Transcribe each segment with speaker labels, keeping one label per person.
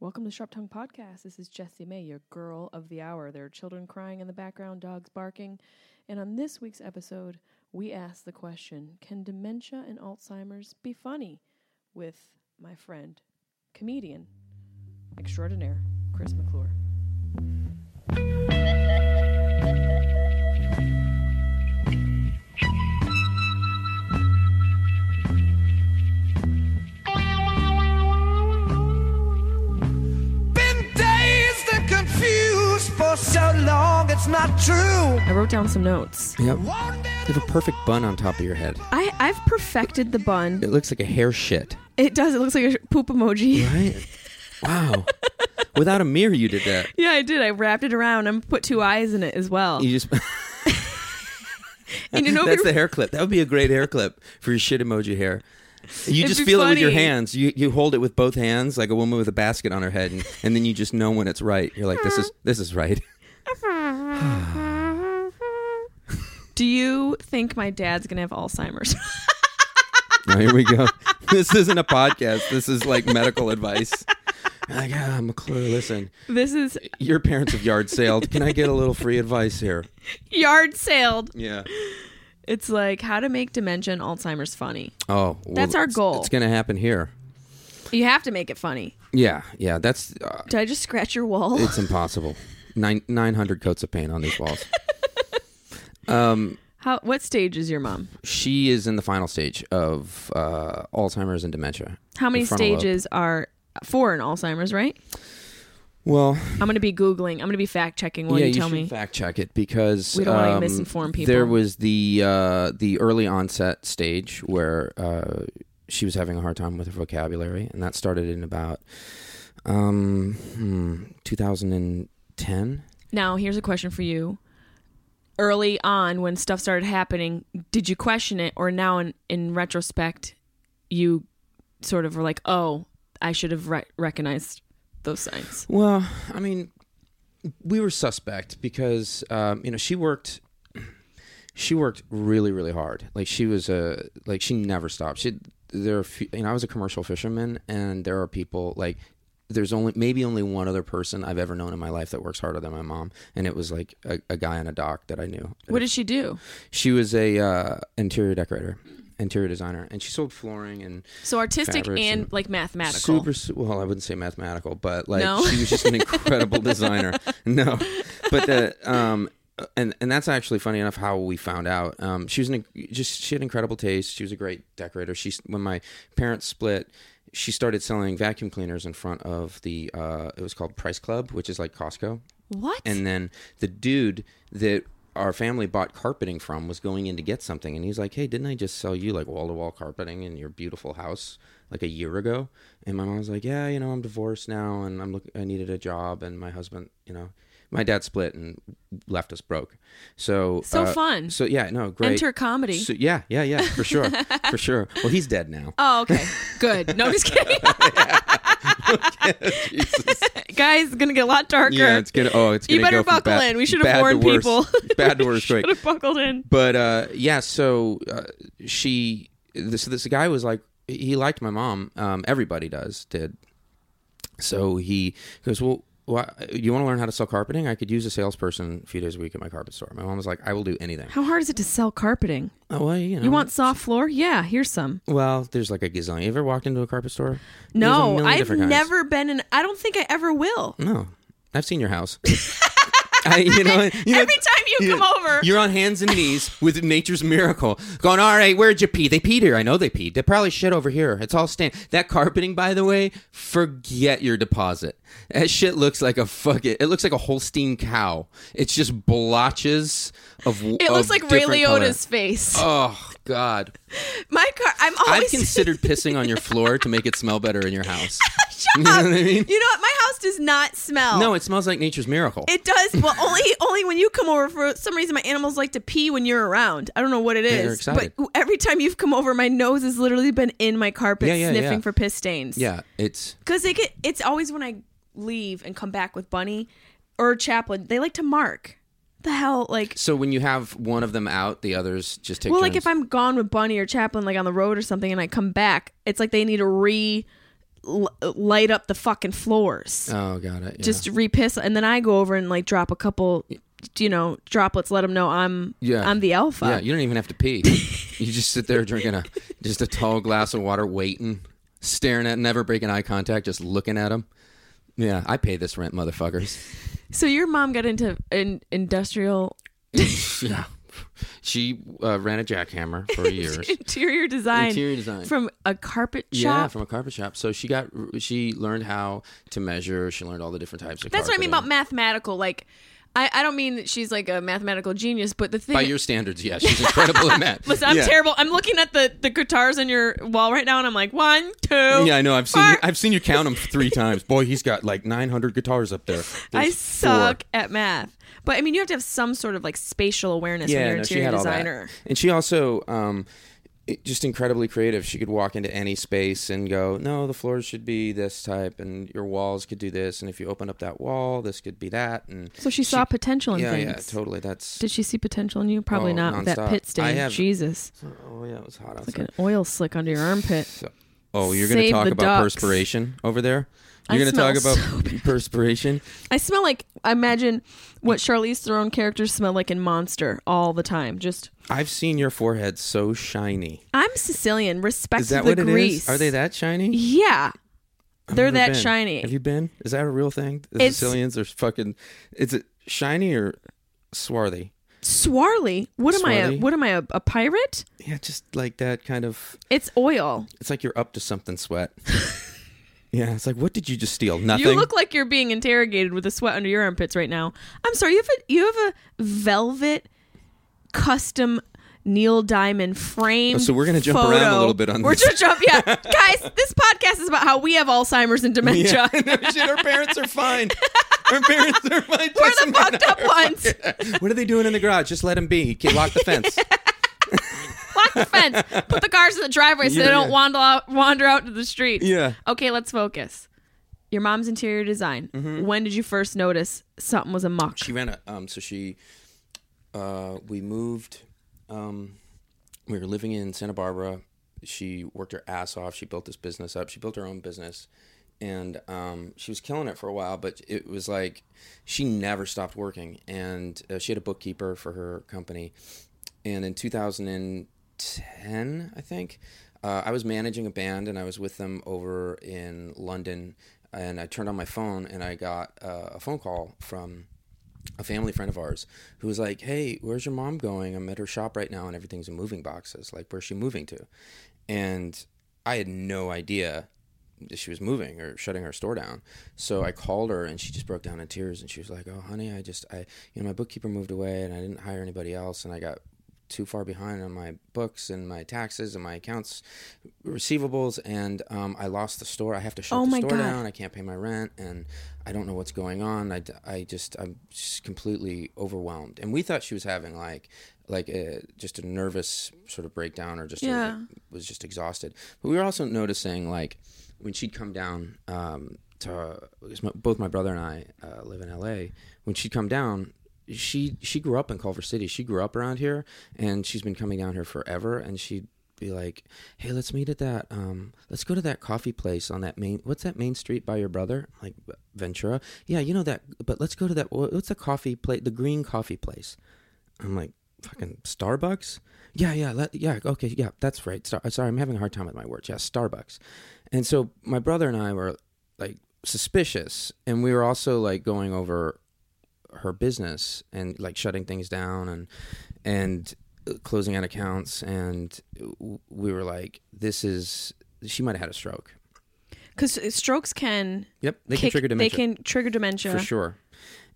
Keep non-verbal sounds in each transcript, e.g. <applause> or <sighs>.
Speaker 1: Welcome to Sharp Tongue Podcast. This is Jessie May, your girl of the hour. There are children crying in the background, dogs barking. And on this week's episode, we ask the question Can dementia and Alzheimer's be funny? With my friend, comedian extraordinaire, Chris McClure.
Speaker 2: Been dazed and confused for so long, it's not true.
Speaker 1: I wrote down some notes.
Speaker 3: Yep. You have a perfect bun on top of your head.
Speaker 1: I, I've perfected the bun.
Speaker 3: It looks like a hair shit.
Speaker 1: It does. It looks like a poop emoji. <laughs>
Speaker 3: Right? wow. Without a mirror, you did that.
Speaker 1: Yeah, I did. I wrapped it around and put two eyes in it as well.
Speaker 3: You just. <laughs>
Speaker 1: and you know,
Speaker 3: That's
Speaker 1: <laughs> if
Speaker 3: the
Speaker 1: you're-
Speaker 3: hair clip. That would be a great hair clip for your shit emoji hair. You just
Speaker 1: be
Speaker 3: feel it with your
Speaker 1: funny.
Speaker 3: hands. You you hold it with both hands, like a woman with a basket on her head, and, and then you just know when it's right. You're like, this is this is right. <laughs>
Speaker 1: do you think my dad's gonna have Alzheimer's? <laughs>
Speaker 3: Now, here we go. <laughs> this isn't a podcast. This is like medical advice. Like, ah, McClure, listen.
Speaker 1: this is
Speaker 3: Your parents have yard sailed. Can I get a little free advice here?
Speaker 1: yard sailed.
Speaker 3: Yeah.
Speaker 1: It's like how to make dementia and Alzheimer's funny.
Speaker 3: Oh, well,
Speaker 1: That's our
Speaker 3: it's-
Speaker 1: goal.
Speaker 3: It's going to happen here.
Speaker 1: You have to make it funny.
Speaker 3: Yeah, yeah. That's uh,
Speaker 1: Did I just scratch your wall?
Speaker 3: it's impossible. Nine nine hundred coats of paint on
Speaker 1: <laughs>
Speaker 3: these walls. Um,
Speaker 1: How? What stage is your mom?
Speaker 3: she is in the final stage of uh, Alzheimer's and dementia.
Speaker 1: How many
Speaker 3: The frontal lobe.
Speaker 1: stages are four in Alzheimer's? Right.
Speaker 3: Well,
Speaker 1: I'm gonna be googling. I'm gonna be fact checking. Will
Speaker 3: yeah,
Speaker 1: you
Speaker 3: you,
Speaker 1: tell
Speaker 3: should
Speaker 1: me?
Speaker 3: fact check it because
Speaker 1: We don't wanna
Speaker 3: um,
Speaker 1: misinform people.
Speaker 3: There was the uh, the early onset stage where uh, she was having a hard time with her vocabulary, and that started in about um, hmm, 2010.
Speaker 1: Now, here's a question for you. Early on, when stuff started happening, did you question it, or now in, in retrospect, you sort of were like, "Oh, I should have re- recognized those signs."
Speaker 3: Well, I mean, we were suspect because um, you know she worked. She worked really, really hard. Like she was a like she never stopped. She there are few, you know I was a commercial fisherman, and there are people like there's only maybe only one other person I've ever known in my life that works harder than my mom, and it was like a, a guy on a dock that I knew.
Speaker 1: What did she do?
Speaker 3: She was a uh, interior decorator, interior designer, and she sold flooring and
Speaker 1: So artistic
Speaker 3: Fabrics
Speaker 1: and,
Speaker 3: and-
Speaker 1: like mathematical.
Speaker 3: Super, su- well, I wouldn't say mathematical, but like
Speaker 1: No?
Speaker 3: she was just
Speaker 1: <laughs>
Speaker 3: an incredible designer. No, but the um, and and that's actually funny enough how we found out. Um, she was an inc- just she had incredible taste. She was a great decorator. She s- when my parents split. She started selling vacuum cleaners in front of the. Uh, it was called Price Club, which is like Costco.
Speaker 1: What?
Speaker 3: And then the dude that our family bought carpeting from was going in to get something, and he's like, "Hey, didn't I just sell you like wall to wall carpeting in your beautiful house like a year ago?" And my mom was like, "Yeah, you know, I'm divorced now, and I'm look- I needed a job, and my husband, you know, my dad split and left us broke, so uh,
Speaker 1: So fun.
Speaker 3: so yeah, no, great
Speaker 1: Enter comedy.
Speaker 3: So, yeah, yeah, yeah, for
Speaker 1: <laughs>
Speaker 3: sure, for sure. Well, he's dead now.
Speaker 1: oh, okay. Good. No, I'm just
Speaker 3: <laughs>
Speaker 1: kidding.
Speaker 3: Jesus.
Speaker 1: <laughs> Guys, it's gonna get a lot darker.
Speaker 3: Yeah, it's gonna. Oh, it's
Speaker 1: You
Speaker 3: gonna
Speaker 1: better
Speaker 3: go from
Speaker 1: buckle
Speaker 3: bad-
Speaker 1: in. We should have
Speaker 3: bad to
Speaker 1: warned
Speaker 3: worse.
Speaker 1: people.
Speaker 3: bad
Speaker 1: <laughs>
Speaker 3: to worse quick.
Speaker 1: Should have buckled in.
Speaker 3: but uh, yeah, so uh, she this this guy was like he liked my mom. Um, everybody does did. So he goes, well. Why, you want to learn how to sell carpeting? I could use a salesperson a few days a week at my carpet store. My mom was like, "I will do anything."
Speaker 1: How hard is it to sell carpeting?
Speaker 3: Oh, well, you know,
Speaker 1: You want soft floor? Yeah, here's some.
Speaker 3: Well, there's like a gazillion. You ever walked into a carpet store? There's a
Speaker 1: No,
Speaker 3: million
Speaker 1: I've
Speaker 3: different kinds. Mm.
Speaker 1: never been in. I don't think I ever will.
Speaker 3: No, I've seen
Speaker 1: <laughs>
Speaker 3: your house. I, you know, you know,
Speaker 1: Every time you <laughs> come over.
Speaker 3: you're on hands and knees with nature's miracle, going, "All right, where'd you pee? They peed here. I know they peed. They probably shit over here. It's all stain. That carpeting, by the way, forget your deposit. That shit looks like a fuck it. It looks like a Holstein cow. It's just blotches of.
Speaker 1: It looks like Ray Liotta's face.
Speaker 3: Oh God!
Speaker 1: My car. I'm always. <laughs>
Speaker 3: I've <laughs> considered pissing on your floor to make it smell better in your house.
Speaker 1: Shut
Speaker 3: know
Speaker 1: up.
Speaker 3: what I mean?
Speaker 1: You know what? My house does not smell.
Speaker 3: No, it smells like nature's miracle.
Speaker 1: It does, well, only only when you come over. For some reason, my animals like to pee when you're around. I don't know what it
Speaker 3: they're
Speaker 1: is,
Speaker 3: excited.
Speaker 1: but every time you've come over, my nose has literally been in my carpet
Speaker 3: Yeah, yeah,
Speaker 1: sniffing
Speaker 3: yeah.
Speaker 1: for piss stains.
Speaker 3: yeah, it's
Speaker 1: because they get. It's always when I leave and come back with Bunny or Chaplin. They like to mark. The hell, like
Speaker 3: so when you have one of them out, the others just take.
Speaker 1: Well,
Speaker 3: turns.
Speaker 1: like if I'm gone with Bunny or Chaplin, like on the road or something, and I come back, it's like they need to re l- light up the fucking floors.
Speaker 3: Oh, got it. Yeah.
Speaker 1: Just repiss, and then I go over and like drop a couple, you know, droplets. Let them know I'm
Speaker 3: Yeah.
Speaker 1: I'm the alpha.
Speaker 3: yeah, you don't even have to pee. you just sit there drinking a just a tall glass of water, waiting, staring at, never breaking eye contact, just looking at them. Yeah, I pay this rent, motherfuckers.
Speaker 1: So your mom got into in, industrial
Speaker 3: <laughs>
Speaker 1: <laughs>
Speaker 3: yeah, she uh, ran a jackhammer <laughs> for years.
Speaker 1: interior design,
Speaker 3: Interior design.
Speaker 1: from a carpet shop.
Speaker 3: Yeah, from a carpet shop. So she got she learned how to measure. She learned all the different types of.
Speaker 1: That's what I mean about
Speaker 3: carpeting.
Speaker 1: mathematical. Like, I, I don't mean that she's like a mathematical genius, but the thing.
Speaker 3: By your standards, yeah, she's incredible at
Speaker 1: <laughs>
Speaker 3: math.
Speaker 1: Listen, <laughs> I'm
Speaker 3: yeah.
Speaker 1: terrible. I'm looking at the, the guitars on your wall right now, and I'm like one, two.
Speaker 3: Yeah, I know. I've seen you,
Speaker 1: four.
Speaker 3: I've seen you count them three times. Boy, he's got like 900 guitars up there.
Speaker 1: I
Speaker 3: There's
Speaker 1: suck
Speaker 3: four.
Speaker 1: at math, but I mean, you have to have some sort of like spatial awareness when
Speaker 3: Yeah,
Speaker 1: you're an
Speaker 3: no, she
Speaker 1: interior
Speaker 3: had all
Speaker 1: designer.
Speaker 3: that. And she also um, it- just incredibly creative. She could walk into any space and go, "No, the floors should be this type, and your walls could do this, and if you open up that wall, this could be that." And
Speaker 4: So she saw potential in
Speaker 3: yeah,
Speaker 4: things.
Speaker 3: yeah, totally. That's
Speaker 4: Did she see potential in you? Probably
Speaker 3: Oh,
Speaker 4: not with that
Speaker 3: nonstop.
Speaker 4: pit
Speaker 3: I
Speaker 4: stain.
Speaker 3: have-
Speaker 4: Jesus.
Speaker 3: oh yeah, it was hot outside.
Speaker 4: Like an oil slick under your armpit.
Speaker 3: So- oh, you're going to
Speaker 1: Save
Speaker 3: talk
Speaker 1: the
Speaker 3: about
Speaker 1: ducks.
Speaker 3: perspiration over there.
Speaker 1: I
Speaker 3: You're going to
Speaker 1: smell
Speaker 3: talk about
Speaker 1: so
Speaker 3: perspiration.
Speaker 1: I smell like I imagine what Charlize Theron characters smell like in Monster all the time. Just
Speaker 3: I've seen your forehead so shiny.
Speaker 1: I'm Sicilian. Respect
Speaker 3: Is that
Speaker 1: the
Speaker 3: what it is?
Speaker 1: grease.
Speaker 3: Are they that shiny?
Speaker 1: Yeah,
Speaker 3: I've
Speaker 1: they're
Speaker 3: never
Speaker 1: that
Speaker 3: been.
Speaker 1: shiny.
Speaker 3: Have you been? Is that a real thing? The
Speaker 1: It's-
Speaker 3: Sicilians are fucking. Is it shiny or swarthy?
Speaker 1: Swarly. What am I? A,
Speaker 3: Swarly?
Speaker 1: what am I? A, a pirate?
Speaker 3: Yeah, just like that kind of.
Speaker 1: It's oil.
Speaker 3: It's like you're up to
Speaker 1: <laughs>
Speaker 3: something, sweat. yeah, it's like what did you just steal? Nothing.
Speaker 1: You look like you're being interrogated with the sweat under your armpits right now. I'm sorry. You have a you have a velvet custom Neil Diamond frame.
Speaker 3: Oh, So we're gonna jump
Speaker 1: photo.
Speaker 3: around a little bit on
Speaker 1: We're
Speaker 3: this.
Speaker 1: just jump.
Speaker 3: <laughs>
Speaker 1: Yeah, guys, this podcast is about how we have Alzheimer's and
Speaker 3: <laughs>
Speaker 1: <laughs>
Speaker 3: yeah.
Speaker 1: dementia.
Speaker 3: no shit, our parents are fine. Our parents
Speaker 1: <laughs>
Speaker 3: are fine.
Speaker 1: We're the fucked up ones.
Speaker 3: What are they doing in the garage? Just let him be. He can lock the fence.
Speaker 1: Block the fence. Put the cars in the driveway so
Speaker 3: Yeah,
Speaker 1: they don't
Speaker 3: yeah.
Speaker 1: wander out wander out to the street.
Speaker 3: Yeah.
Speaker 1: Okay, let's focus. Your mom's interior design. When did you first notice something was amok?
Speaker 3: Mm-hmm. she ran a um so she uh we moved um we were living in Santa Barbara. She worked her ass off. She built this business up. She built her own business and um she was killing it for a while, but it was like she never stopped working and uh, she had a bookkeeper for her company. And in 2010, I think, uh, I was managing a band and I was with them over in London and I turned on my phone and I got uh, a phone call from a family friend of ours who was like, "Hey, where's your mom going? I'm at her shop right now, and everything's in moving boxes. Like, where's she moving to?" And I had no idea that she was moving or shutting her store down. So I called her, and she just broke down in tears, and she was like, "Oh, honey, I just, I, you know, my bookkeeper moved away, and I didn't hire anybody else, and I got." too far behind on my books and my taxes and my accounts receivables and um, i lost the store i have to shut
Speaker 1: Oh
Speaker 3: the
Speaker 1: my
Speaker 3: store
Speaker 1: God.
Speaker 3: down I can't pay my rent, and I don't know what's going on. I, d- I just I'm just completely overwhelmed. And we thought she was having like like a, just a nervous sort of breakdown, or just sort of,
Speaker 1: Yeah.
Speaker 3: like, was just exhausted. But we were also noticing like when she'd come down um, to because my, both my brother and I uh, live in L.A. When she'd come down. She she grew up in Culver City. She grew up around here, and she's been coming down here forever. And she'd be like, "Hey, let's meet at that. Um, let's go to that coffee place on that main. What's that main street by your brother? I'm like Ventura. Yeah, you know that. But let's go to that. wha- What's the coffee place? The green coffee place. I'm like fucking Starbucks. Yeah, yeah, let, yeah. Okay, yeah, that's right. Star- uh, sorry, I'm having a hard time with my words. Yeah, Starbucks. And so my brother and I were like suspicious, and we were also like going over her business and like shutting things down and and uh, closing out accounts and w- we were like this is she might have had a stroke
Speaker 1: Because strokes can
Speaker 3: yep they can
Speaker 1: kick-
Speaker 3: trigger dementia
Speaker 1: They can trigger dementia.
Speaker 3: for sure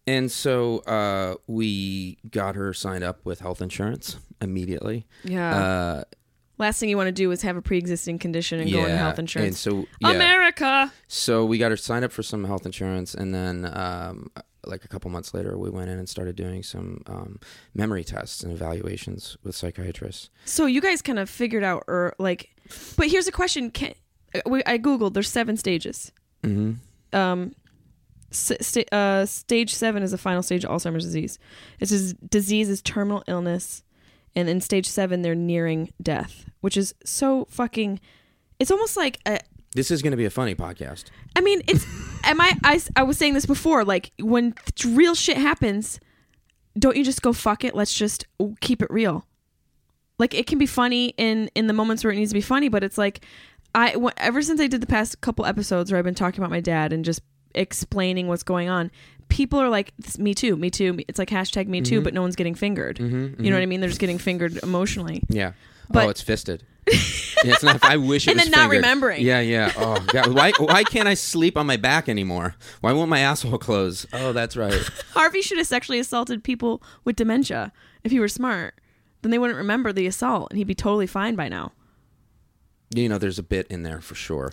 Speaker 3: and so uh, we got her signed up with health insurance immediately
Speaker 1: Yeah.
Speaker 3: uh,
Speaker 1: Last thing you want to do is have a pre-existing condition and go into health
Speaker 3: and
Speaker 1: insurance.
Speaker 3: so yeah.
Speaker 1: America.
Speaker 3: So we got her signed up for some health insurance, and then um, like a couple months later, we went in and started doing some um, memory tests and evaluations with psychiatrists.
Speaker 1: So you guys kind of figured out, or like, but here's a question: Can uh, we, I googled? There's seven stages.
Speaker 3: Mm-hmm.
Speaker 1: Um, s- sta- uh, stage seven is the final stage of Alzheimer's disease. It's says disease is terminal illness, and in stage seven they're nearing death, which is so fucking. It's almost like a
Speaker 3: This is going to be a funny podcast.
Speaker 1: I mean, it's. am I, I? s- I was saying this before. Like when th- real shit happens, don't you just go fuck it? Let's just keep it real. Like it can be funny in in the moments where it needs to be funny, but it's like I w- ever since I did the past couple episodes where I've been talking about my dad and just explaining what's going on. People are like, "This- me too, me too. me-" It's like hashtag me too, but no one's getting fingered. You know what I mean? They're just getting fingered emotionally.
Speaker 3: Mm-hmm, Yeah.
Speaker 1: But-
Speaker 3: oh,
Speaker 1: <laughs>
Speaker 3: it's fisted. Yeah, it's not. I wish it
Speaker 1: And
Speaker 3: was
Speaker 1: then not
Speaker 3: fingered.
Speaker 1: remembering.
Speaker 3: Yeah, yeah. Oh, God. why? Why can't I sleep on my back anymore? Why won't my asshole close? Oh, that's right.
Speaker 1: Harvey should have sexually assaulted people with dementia if he were smart. Then they wouldn't remember the assault and he'd be totally fine by now.
Speaker 3: You know, there's a bit in there for sure.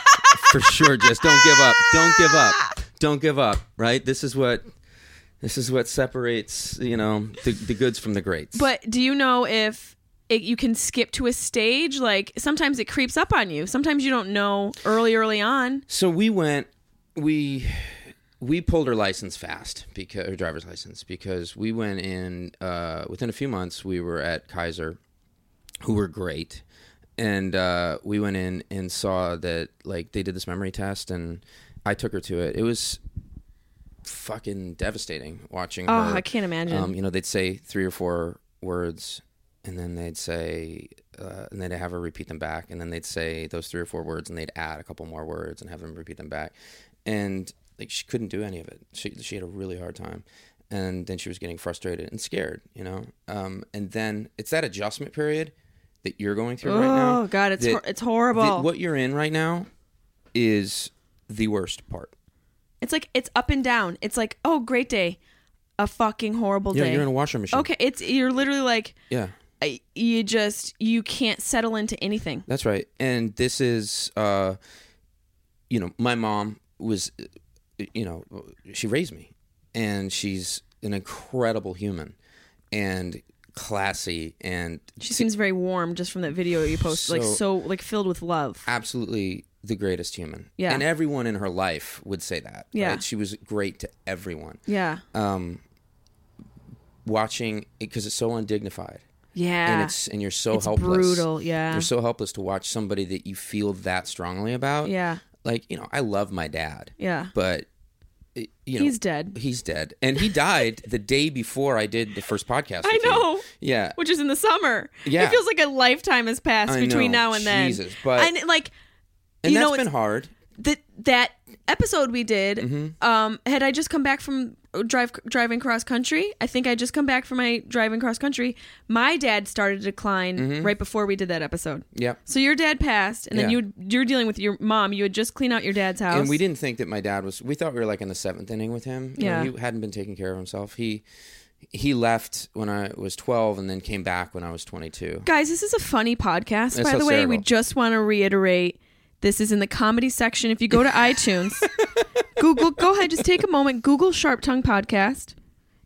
Speaker 3: <laughs> for sure. Just don't give up. Don't give up. Don't give up. Right. This is what. This is what separates you know the, the goods from the greats.
Speaker 1: But do you know if it, you can skip to a stage? Like sometimes it creeps up on you. Sometimes you don't know early, early on.
Speaker 3: So we went we we pulled her license fast because her driver's license because we went in uh, within a few months we were at Kaiser who were great and uh, we went in and saw that like they did this memory test and I took her to it it was fucking devastating watching
Speaker 1: Oh,
Speaker 3: her
Speaker 1: I can't imagine.
Speaker 3: um, you know they'd say three or four words and then they'd say uh, and they'd have her repeat them back and then they'd say those three or four words and they'd add a couple more words and have them repeat them back and like she couldn't do any of it she, she had a really hard time and then she was getting frustrated and scared you know um, and then it's that adjustment period that you're going through right now
Speaker 1: Oh, God, it's
Speaker 3: that-
Speaker 1: hor- it's horrible.
Speaker 3: that what you're in right now is the worst part
Speaker 1: it's like it's up and down. It's like, oh, great day. A fucking horrible
Speaker 3: yeah
Speaker 1: day.
Speaker 3: you're in a washroom machine
Speaker 1: okay, it's you're literally like
Speaker 3: yeah
Speaker 1: I- you just you can't settle into anything.
Speaker 3: That's right. And this is, uh, you know, my mom was, uh, you know, she raised me, and she's an incredible human, and classy, and
Speaker 1: She seems very warm just from that video you posted, like
Speaker 3: So-
Speaker 1: so like filled with love.
Speaker 3: absolutely the greatest human.
Speaker 1: Yeah.
Speaker 3: And everyone in her life would say that.
Speaker 1: Yeah.
Speaker 3: right? She was great to everyone.
Speaker 1: Yeah.
Speaker 3: Um, watching because it's so undignified.
Speaker 1: yeah.
Speaker 3: and it's and you're so
Speaker 1: It's
Speaker 3: helpless.
Speaker 1: brutal, yeah.
Speaker 3: You're so helpless to watch somebody that you feel that strongly about.
Speaker 1: Yeah.
Speaker 3: Like, you know, I love my dad.
Speaker 1: Yeah.
Speaker 3: But it- you know,
Speaker 1: He's dead.
Speaker 3: He's dead. And he died the day before I did the first podcast.
Speaker 1: I
Speaker 3: with you.
Speaker 1: know.
Speaker 3: Yeah.
Speaker 1: Which is in the summer.
Speaker 3: Yeah.
Speaker 1: It feels like a lifetime has passed
Speaker 3: I
Speaker 1: between
Speaker 3: know,
Speaker 1: now and then.
Speaker 3: Jesus, but-
Speaker 1: and like
Speaker 3: and
Speaker 1: you
Speaker 3: that's
Speaker 1: know,
Speaker 3: been
Speaker 1: it's-
Speaker 3: hard. Mm-hmm.
Speaker 1: that that episode we did, um, had I just come back from uh, drive driving cross country, I think I just come back from my driving cross country. My dad started to decline right before we did that episode.
Speaker 3: Yep.
Speaker 1: So your dad passed, and then
Speaker 3: Mm-hmm. Yeah.
Speaker 1: you you're dealing with your mom. You had just cleaned out your dad's house.
Speaker 3: And we didn't think that my dad was. We thought we were like in the seventh inning with him. You know,
Speaker 1: Yeah.
Speaker 3: he hadn't been taking care of himself. He he left when I was twelve, and then came back when I was twenty-two.
Speaker 1: Guys, this is a funny podcast.
Speaker 3: It's
Speaker 1: By
Speaker 3: so
Speaker 1: the way, we
Speaker 3: cerebral.
Speaker 1: just want to reiterate this is in the comedy section. If you
Speaker 3: <laughs>
Speaker 1: go to iTunes, Google, go ahead, just take a moment. Google Sharp Tongue Podcast.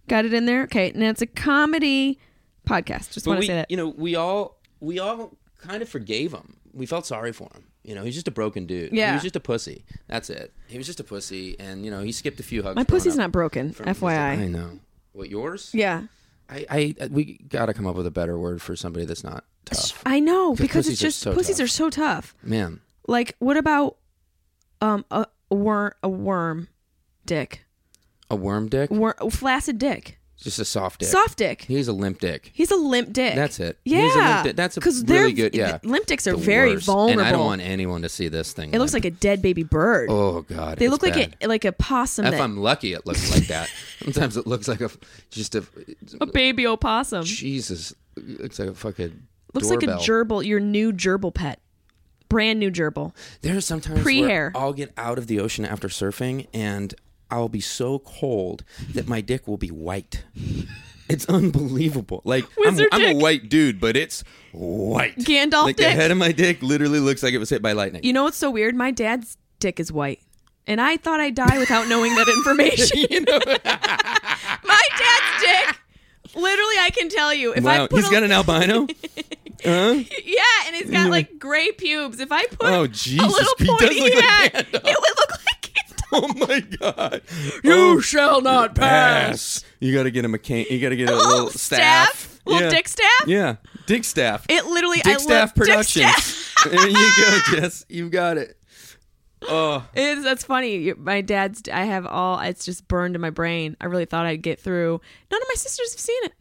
Speaker 1: Got it in there? Okay. Now it's a comedy podcast. Just want to
Speaker 3: But we,
Speaker 1: say that.
Speaker 3: you know, we all we all kind of forgave him. We felt sorry for him. You know, he's just a broken dude.
Speaker 1: Yeah.
Speaker 3: he was just a pussy. That's it. He was just a pussy, and you know, he skipped a few hugs.
Speaker 1: My
Speaker 3: growing
Speaker 1: pussy's
Speaker 3: up
Speaker 1: not broken,
Speaker 3: from- I
Speaker 1: FYI.
Speaker 3: know. What yours?
Speaker 1: Yeah.
Speaker 3: I, I we got to come up with a better word for somebody that's not tough.
Speaker 1: I know, because
Speaker 3: pussies
Speaker 1: it's
Speaker 3: are
Speaker 1: just,
Speaker 3: so
Speaker 1: pussies
Speaker 3: tough.
Speaker 1: are so tough.
Speaker 3: Man,
Speaker 1: Like, what about um a, a worm, a worm dick?
Speaker 3: a worm dick,
Speaker 1: Wor flaccid dick.
Speaker 3: just a soft dick.
Speaker 1: Soft dick.
Speaker 3: He's a limp dick.
Speaker 1: He's a limp dick.
Speaker 3: That's it.
Speaker 1: Yeah,
Speaker 3: He's a limp dick. That's a
Speaker 1: they're-
Speaker 3: really good- yeah.
Speaker 1: Limp dicks are
Speaker 3: The
Speaker 1: very
Speaker 3: worst.
Speaker 1: vulnerable.
Speaker 3: And I don't want anyone to see this thing.
Speaker 1: it looks
Speaker 3: limp.
Speaker 1: like a dead baby bird.
Speaker 3: oh god,
Speaker 1: they
Speaker 3: it's
Speaker 1: look like
Speaker 3: bad.
Speaker 1: a like a possum.
Speaker 3: If I'm lucky, it looks like that. <laughs> Sometimes it looks like a just a
Speaker 1: a baby opossum.
Speaker 3: Jesus, it looks like a fucking
Speaker 1: Looks
Speaker 3: doorbell.
Speaker 1: like a gerbil. Your new gerbil pet. Brand new gerbil.
Speaker 3: There are sometimes
Speaker 1: Pre-hair.
Speaker 3: where I'll get out of the ocean after surfing and I'll be so cold that my dick will be white. It's unbelievable. Like I'm,
Speaker 1: Wizard
Speaker 3: I'm
Speaker 1: dick.
Speaker 3: a white dude, but it's white.
Speaker 1: Gandalf
Speaker 3: like the
Speaker 1: dick.
Speaker 3: head of my dick literally looks like it was hit by lightning.
Speaker 1: You know what's so weird? My dad's dick is white. And I thought I'd die
Speaker 3: <laughs>
Speaker 1: without knowing that information.
Speaker 3: <laughs> You know?
Speaker 1: My dad's dick. Literally, I can tell you. If I
Speaker 3: wow,
Speaker 1: put
Speaker 3: he's
Speaker 1: a, <laughs>
Speaker 3: got an albino. huh?
Speaker 1: yeah, and he's
Speaker 3: <laughs>
Speaker 1: got like gray pubes. If I put
Speaker 3: Oh,
Speaker 1: a
Speaker 3: Jesus.
Speaker 1: little
Speaker 3: He does
Speaker 1: pointy
Speaker 3: look like
Speaker 1: hat, it
Speaker 3: Gandalf.
Speaker 1: would look like
Speaker 3: Oh my god.
Speaker 1: You
Speaker 3: Oh,
Speaker 1: shall not pass.
Speaker 3: You got to get a mechanic. You got to get a,
Speaker 1: A
Speaker 3: little
Speaker 1: little
Speaker 3: staff.
Speaker 1: <laughs> staff? Little
Speaker 3: yeah.
Speaker 1: dick staff?
Speaker 3: Yeah, dick staff.
Speaker 1: It literally, I
Speaker 3: dick staff
Speaker 1: love dick <laughs>
Speaker 3: <laughs> productions.
Speaker 1: staff.
Speaker 3: there you go, Jess. You got it. Oh,
Speaker 1: It's, that's funny. You- My dad's. I have all. It's just burned in my brain. I really thought I'd get through. None of my sisters have seen it.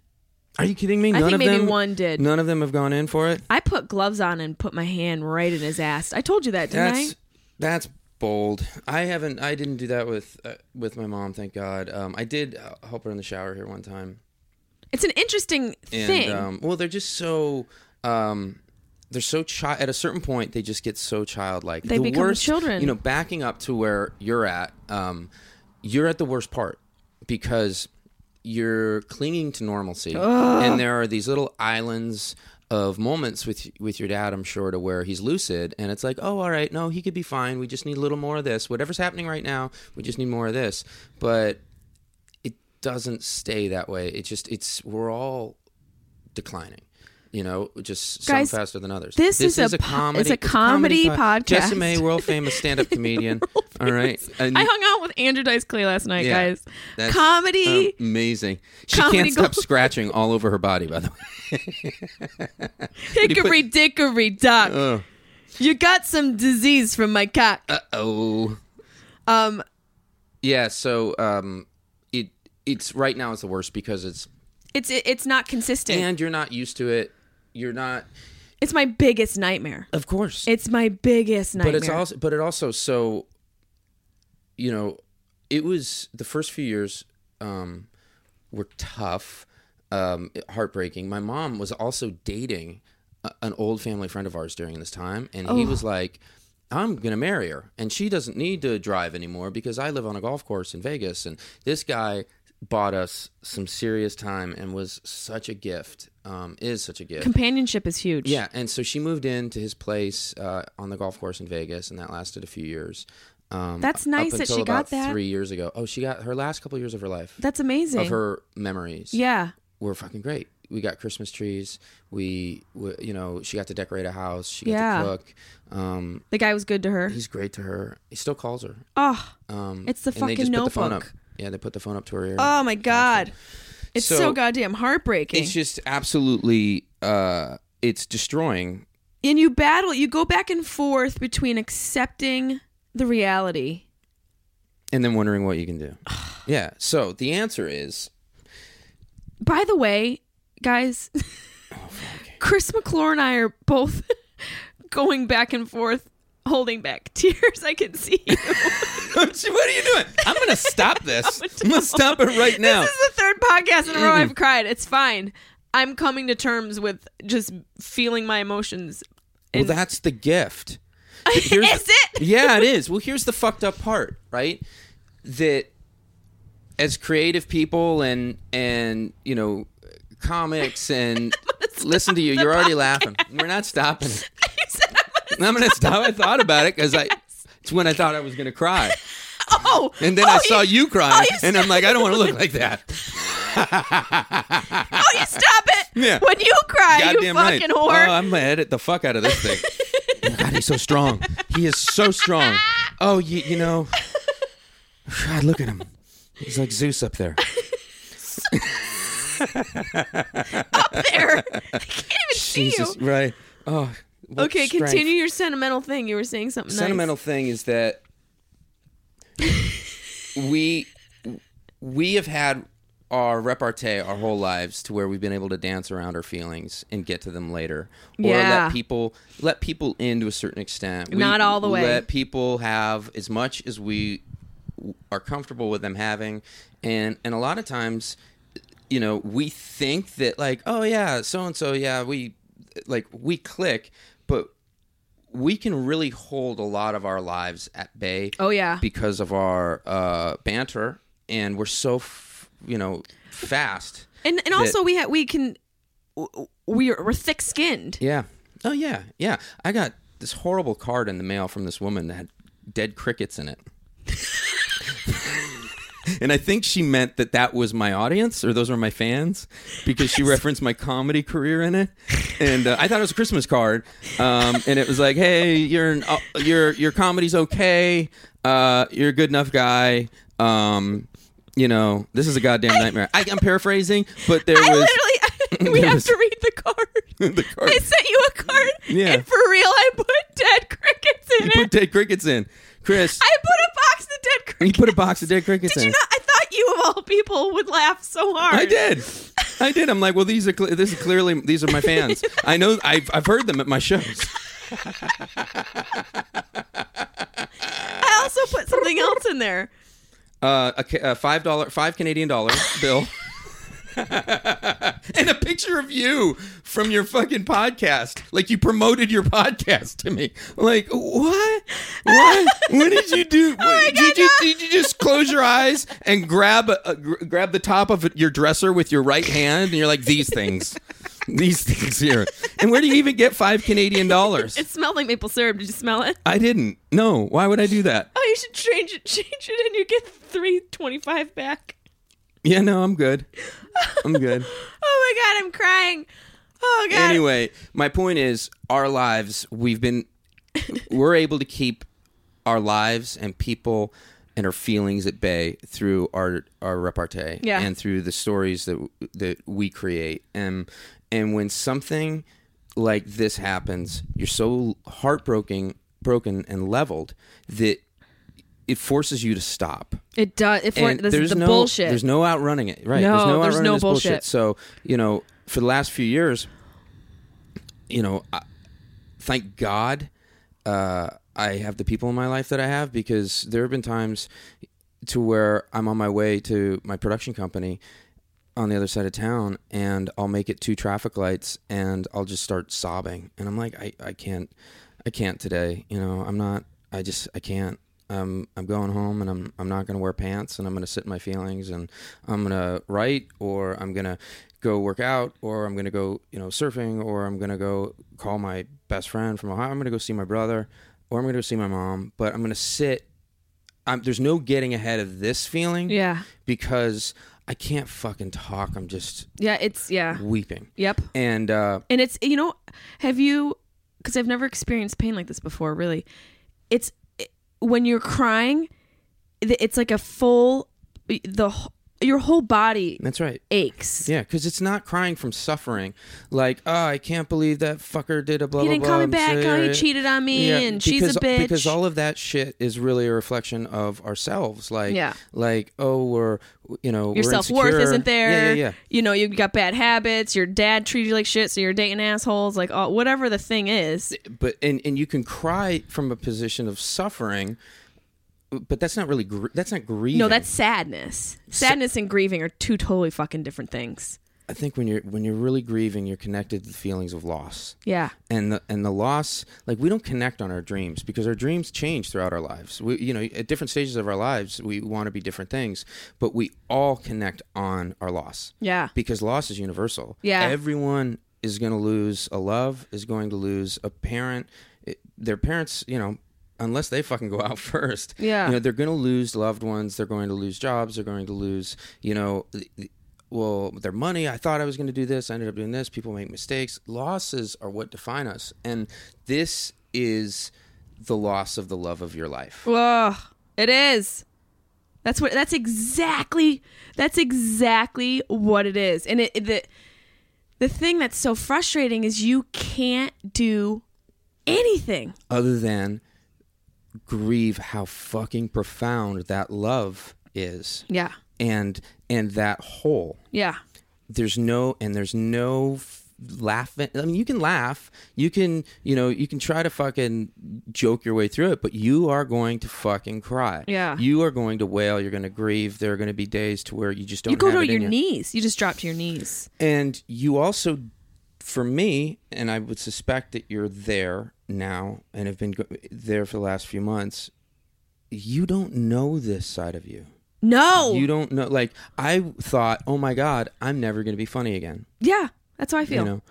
Speaker 3: are you kidding me? None
Speaker 1: I think
Speaker 3: of
Speaker 1: maybe
Speaker 3: them.
Speaker 1: one did.
Speaker 3: None of them have gone in for it.
Speaker 1: I put gloves on and put my hand right in his ass. I told you that, didn't
Speaker 3: That's that's bold. I haven't. I didn't do that with uh, with my mom. Thank God. Um, I did uh, help her in the shower here one time.
Speaker 1: I? It's an interesting
Speaker 3: and
Speaker 1: thing.
Speaker 3: um well they're just so um they're so child at a certain point they just get so childlike
Speaker 1: They
Speaker 3: the
Speaker 1: become
Speaker 3: worst,
Speaker 1: children.
Speaker 3: you know backing up to where you're at um you're at the worst part because you're clinging to normalcy and there are these little islands of moments with with your dad I'm sure to where he's lucid and it's like oh all right no he could be fine we just need a little more of this whatever's happening right now we just need more of this but it doesn't stay that way. It just it's we're all declining. You know, just
Speaker 1: Guys,
Speaker 3: some faster than others.
Speaker 1: this is a po- it's a comedy podcast.
Speaker 3: Jessie
Speaker 1: <laughs>
Speaker 3: May, world famous stand-up comedian. all right, And-
Speaker 1: I hung out with Andrew Dice Clay last night,
Speaker 3: yeah,
Speaker 1: guys.
Speaker 3: that's um,
Speaker 1: Comedy.
Speaker 3: amazing. She
Speaker 1: Comedy
Speaker 3: can't
Speaker 1: gold.
Speaker 3: stop scratching all over her body. By the
Speaker 1: <laughs>
Speaker 3: way,
Speaker 1: Hickory dickory dock.
Speaker 3: Ugh.
Speaker 1: You got some disease from my cock.
Speaker 3: uh oh.
Speaker 1: Um,
Speaker 3: Yeah, so um, it it's right now it's the worst because it's
Speaker 1: it's it, it's not consistent.
Speaker 3: and you're not used to it. You're not,
Speaker 1: it's my biggest nightmare.
Speaker 3: of course.
Speaker 1: It's my biggest nightmare.
Speaker 3: but it's also but it also so you know it was the first few years um were tough um heartbreaking my mom was also dating a, an old family friend of ours during this time and he was like I'm gonna marry her, and she doesn't need to drive anymore because I live on a golf course in Vegas, and this guy bought us some serious time and was such a gift. Um, is such a gift.
Speaker 1: companionship is huge.
Speaker 3: Yeah, and so she moved into his place uh, on the golf course in Vegas, and that lasted a few years. Um,
Speaker 1: That's
Speaker 3: up
Speaker 1: nice that
Speaker 3: until
Speaker 1: she got
Speaker 3: about
Speaker 1: that.
Speaker 3: three years ago. Oh, she got her last couple years of her life
Speaker 1: That's amazing.
Speaker 3: of her memories
Speaker 1: yeah.
Speaker 3: were fucking great. We got Christmas trees. We, we you know, she got to decorate a house. She got
Speaker 1: Yeah.
Speaker 3: to cook. Um,
Speaker 1: The guy was good to her.
Speaker 3: he's great to her. He still calls her.
Speaker 1: Oh,
Speaker 3: Um,
Speaker 1: It's the
Speaker 3: and they just
Speaker 1: fucking
Speaker 3: put the phone up.
Speaker 1: notebook.
Speaker 3: Yeah, they put the phone up to her ear.
Speaker 1: oh my god. It's so,
Speaker 3: So-
Speaker 1: goddamn heartbreaking.
Speaker 3: it's just absolutely. Uh, it's destroying.
Speaker 1: and you battle, you go back and forth between accepting the reality.
Speaker 3: and then wondering what you can <sighs> do. yeah. So the answer is
Speaker 1: By the way, guys, <laughs> Chris McClure and I are both <laughs> going back and forth, holding back <laughs> tears. I can see. you.
Speaker 3: <laughs> what are you doing? I'm gonna <laughs> stop this. I'm gonna stop it right now.
Speaker 1: This is the third podcast in a row I've cried. It's fine. I'm coming to terms with just feeling my emotions.
Speaker 3: Well,
Speaker 1: And-
Speaker 3: that's the gift. Here's-
Speaker 1: Is it? <laughs>
Speaker 3: <laughs> yeah, it is. Well, here's the fucked up part, right? That as creative people and and you know <laughs> comics and listen to you, you're already laughing. We're not stopping. it.
Speaker 1: You said I'm gonna-
Speaker 3: I'm gonna stop. I thought about it <laughs> because I. It's when I thought I was gonna cry,
Speaker 1: oh,
Speaker 3: and then
Speaker 1: oh,
Speaker 3: I saw you crying,
Speaker 1: oh, you
Speaker 3: and I'm like, I don't want to look like that.
Speaker 1: Oh, you stop it!
Speaker 3: <laughs> Yeah.
Speaker 1: When you cry, you
Speaker 3: Goddamn right.
Speaker 1: fucking whore.
Speaker 3: Oh, I'm gonna edit the fuck out of this thing.
Speaker 1: <laughs>
Speaker 3: Oh my God, he's so strong. He is so strong. Oh, you, you know, God, look at him. He's like Zeus
Speaker 1: <laughs>
Speaker 3: up there. <laughs>
Speaker 1: there. I can't even
Speaker 3: Jesus,
Speaker 1: see you.
Speaker 3: right? Oh, what
Speaker 1: Okay,
Speaker 3: strength.
Speaker 1: continue your sentimental thing. You were saying something.
Speaker 3: Sentimental thing is that we we have had our repartee our whole lives to where we've been able to dance around our feelings and get to them later or
Speaker 1: Yeah.
Speaker 3: let people let people in to a certain extent We
Speaker 1: Not all the way.
Speaker 3: let people have as much as we w- are comfortable with them having and and a lot of times you know we think that like oh yeah so and so yeah we like we click but we can really hold a lot of our lives at bay
Speaker 1: Oh, yeah.
Speaker 3: because of our uh, banter, and we're so f- you know fast.
Speaker 1: And and
Speaker 3: that-
Speaker 1: also we ha- we can w- we're we're thick skinned.
Speaker 3: yeah, oh yeah, yeah. I got this horrible card in the mail from this woman that had dead crickets in it. <laughs> And I think she meant that that was my audience or those were my fans because she referenced my comedy career in it. And uh, I thought it was a Christmas card. Um, and it was like, hey, you're an, uh, your, your comedy's okay. Uh, you're a good enough guy. Um, you know, this is a goddamn nightmare. I, I'm paraphrasing, but there
Speaker 1: I
Speaker 3: was.
Speaker 1: literally <laughs> we
Speaker 3: there
Speaker 1: have
Speaker 3: was-
Speaker 1: to read the card.
Speaker 3: <laughs> the card.
Speaker 1: I sent you a card,
Speaker 3: Yeah.
Speaker 1: and for real, I put dead crickets in
Speaker 3: You
Speaker 1: it.
Speaker 3: put dead crickets in. Chris,
Speaker 1: I put a box of dead crickets.
Speaker 3: you put a box of dead crickets
Speaker 1: Did
Speaker 3: in.
Speaker 1: you not? I thought you of all people would laugh so hard.
Speaker 3: I did. I did. I'm like, well, these are cle this is clearly these are my
Speaker 1: <laughs>
Speaker 3: fans. I know. I've I've heard them at my shows.
Speaker 1: I also put something else in there.
Speaker 3: Uh, a, ca- a five dollar, five Canadian dollar bill, <laughs> and a picture of you from your fucking podcast. Like you promoted your podcast to me. Like what? What? what did you do? What- did, you, did you just close your eyes and grab a, a- gr- grab the top of your dresser with your right hand, and you're like these things, these things here. And where do you even get five
Speaker 1: <laughs>
Speaker 3: Canadian dollars?
Speaker 1: It smelled like maple syrup. Did you smell it?
Speaker 3: I didn't. No. Why would I do that?
Speaker 1: Oh, you should change it. <laughs> Change it, and you get three twenty-five back.
Speaker 3: Yeah. No. I'm good. I'm good.
Speaker 1: Oh my god, I'm crying. Oh god.
Speaker 3: anyway, my point is our lives, we've been we're able to keep our lives and people and our feelings at bay through our our repartee
Speaker 1: Yeah.
Speaker 3: and through the stories that that we create. And and when something like this happens, you're so heartbroken broken and leveled that it forces you to stop.
Speaker 1: it does. If we're,
Speaker 3: And
Speaker 1: this is the
Speaker 3: no,
Speaker 1: bullshit.
Speaker 3: There's no outrunning it, right?
Speaker 1: No,
Speaker 3: there's no
Speaker 1: there's
Speaker 3: outrunning
Speaker 1: no
Speaker 3: this bullshit.
Speaker 1: bullshit.
Speaker 3: So you know, for the last few years, you know, I, thank God, uh, I have the people in my life that I have because there have been times to where I'm on my way to my production company on the other side of town and I'll make it two traffic lights and I'll just start sobbing and I'm like I, I can't I can't today you know I'm not I just I can't um, I'm going home and I'm I'm not gonna wear pants and I'm gonna sit in my feelings and I'm gonna write or I'm gonna go work out or I'm gonna go you know surfing or I'm gonna go call my best friend from Ohio I'm gonna go see my brother or I'm gonna go see my mom but I'm gonna sit I'm, there's no getting ahead of this feeling
Speaker 1: yeah.
Speaker 3: because I can't fucking talk. I'm just
Speaker 1: Yeah. It's yeah.
Speaker 3: weeping.
Speaker 1: Yep.
Speaker 3: And uh,
Speaker 1: And it's you know, have you? Because I've never experienced pain like this before. Really, it's it, when you're crying, th- it's like a full the wh- your whole body
Speaker 3: that's right.
Speaker 1: aches.
Speaker 3: Yeah, because it's not crying from suffering. Like, oh, I can't believe that fucker did a blah
Speaker 1: He
Speaker 3: blah
Speaker 1: didn't
Speaker 3: blah.
Speaker 1: call me
Speaker 3: I'm
Speaker 1: back.
Speaker 3: sorry.
Speaker 1: Oh, he cheated on me,
Speaker 3: Yeah,
Speaker 1: and she's
Speaker 3: because,
Speaker 1: a bitch.
Speaker 3: Because all of that shit is really a reflection of ourselves. Like,
Speaker 1: Yeah.
Speaker 3: like oh, we're you know
Speaker 1: your
Speaker 3: we're
Speaker 1: self worth
Speaker 3: insecure.
Speaker 1: isn't there.
Speaker 3: Yeah, yeah, yeah.
Speaker 1: You know, you got bad habits. Your dad treated you like shit, so you're dating assholes. Like, all, whatever the thing is.
Speaker 3: But and and you can cry from a position of suffering, but that's not really gr- that's not grieving.
Speaker 1: No, that's sadness. Sadness and grieving are two totally fucking different things.
Speaker 3: I think when you're when you're really grieving, you're connected to the feelings of loss.
Speaker 1: Yeah.
Speaker 3: and the and the loss like we don't connect on our dreams because our dreams change throughout our lives we you know at different stages of our lives we want to be different things but we all connect on our loss
Speaker 1: Yeah.
Speaker 3: because loss is universal
Speaker 1: Yeah.
Speaker 3: everyone is going to lose a love is going to lose a parent It- their parents you know unless they fucking go out <laughs> first
Speaker 1: Yeah.
Speaker 3: you know they're going to lose loved ones they're going to lose jobs they're going to lose you know th- th- well their money i thought i was going to do this i ended up doing this people make mistakes losses are what define us and this is the loss of the love of your life
Speaker 1: Whoa, it is. That's what. That's exactly. That's exactly what it is. And it the the thing that's so frustrating is you can't do anything.
Speaker 3: other than grieve how fucking profound that love is
Speaker 1: Yeah.
Speaker 3: and and that whole
Speaker 1: Yeah.
Speaker 3: there's no and there's no f- laughing i mean you can laugh you can you know you can try to fucking joke your way through it but you are going to fucking cry
Speaker 1: Yeah.
Speaker 3: you are going to wail you're going to grieve there are going to be days to where you just don't
Speaker 1: You go
Speaker 3: have
Speaker 1: to
Speaker 3: it in
Speaker 1: your
Speaker 3: you.
Speaker 1: knees. You just drop to your knees.
Speaker 3: And you also, for me, and I would suspect that you're there now and have been go- there for the last few months, you don't know this side of you.
Speaker 1: No.
Speaker 3: You don't know. Like, I thought, oh my God, I'm never going to be funny again.
Speaker 1: yeah. That's how I feel.
Speaker 3: You know?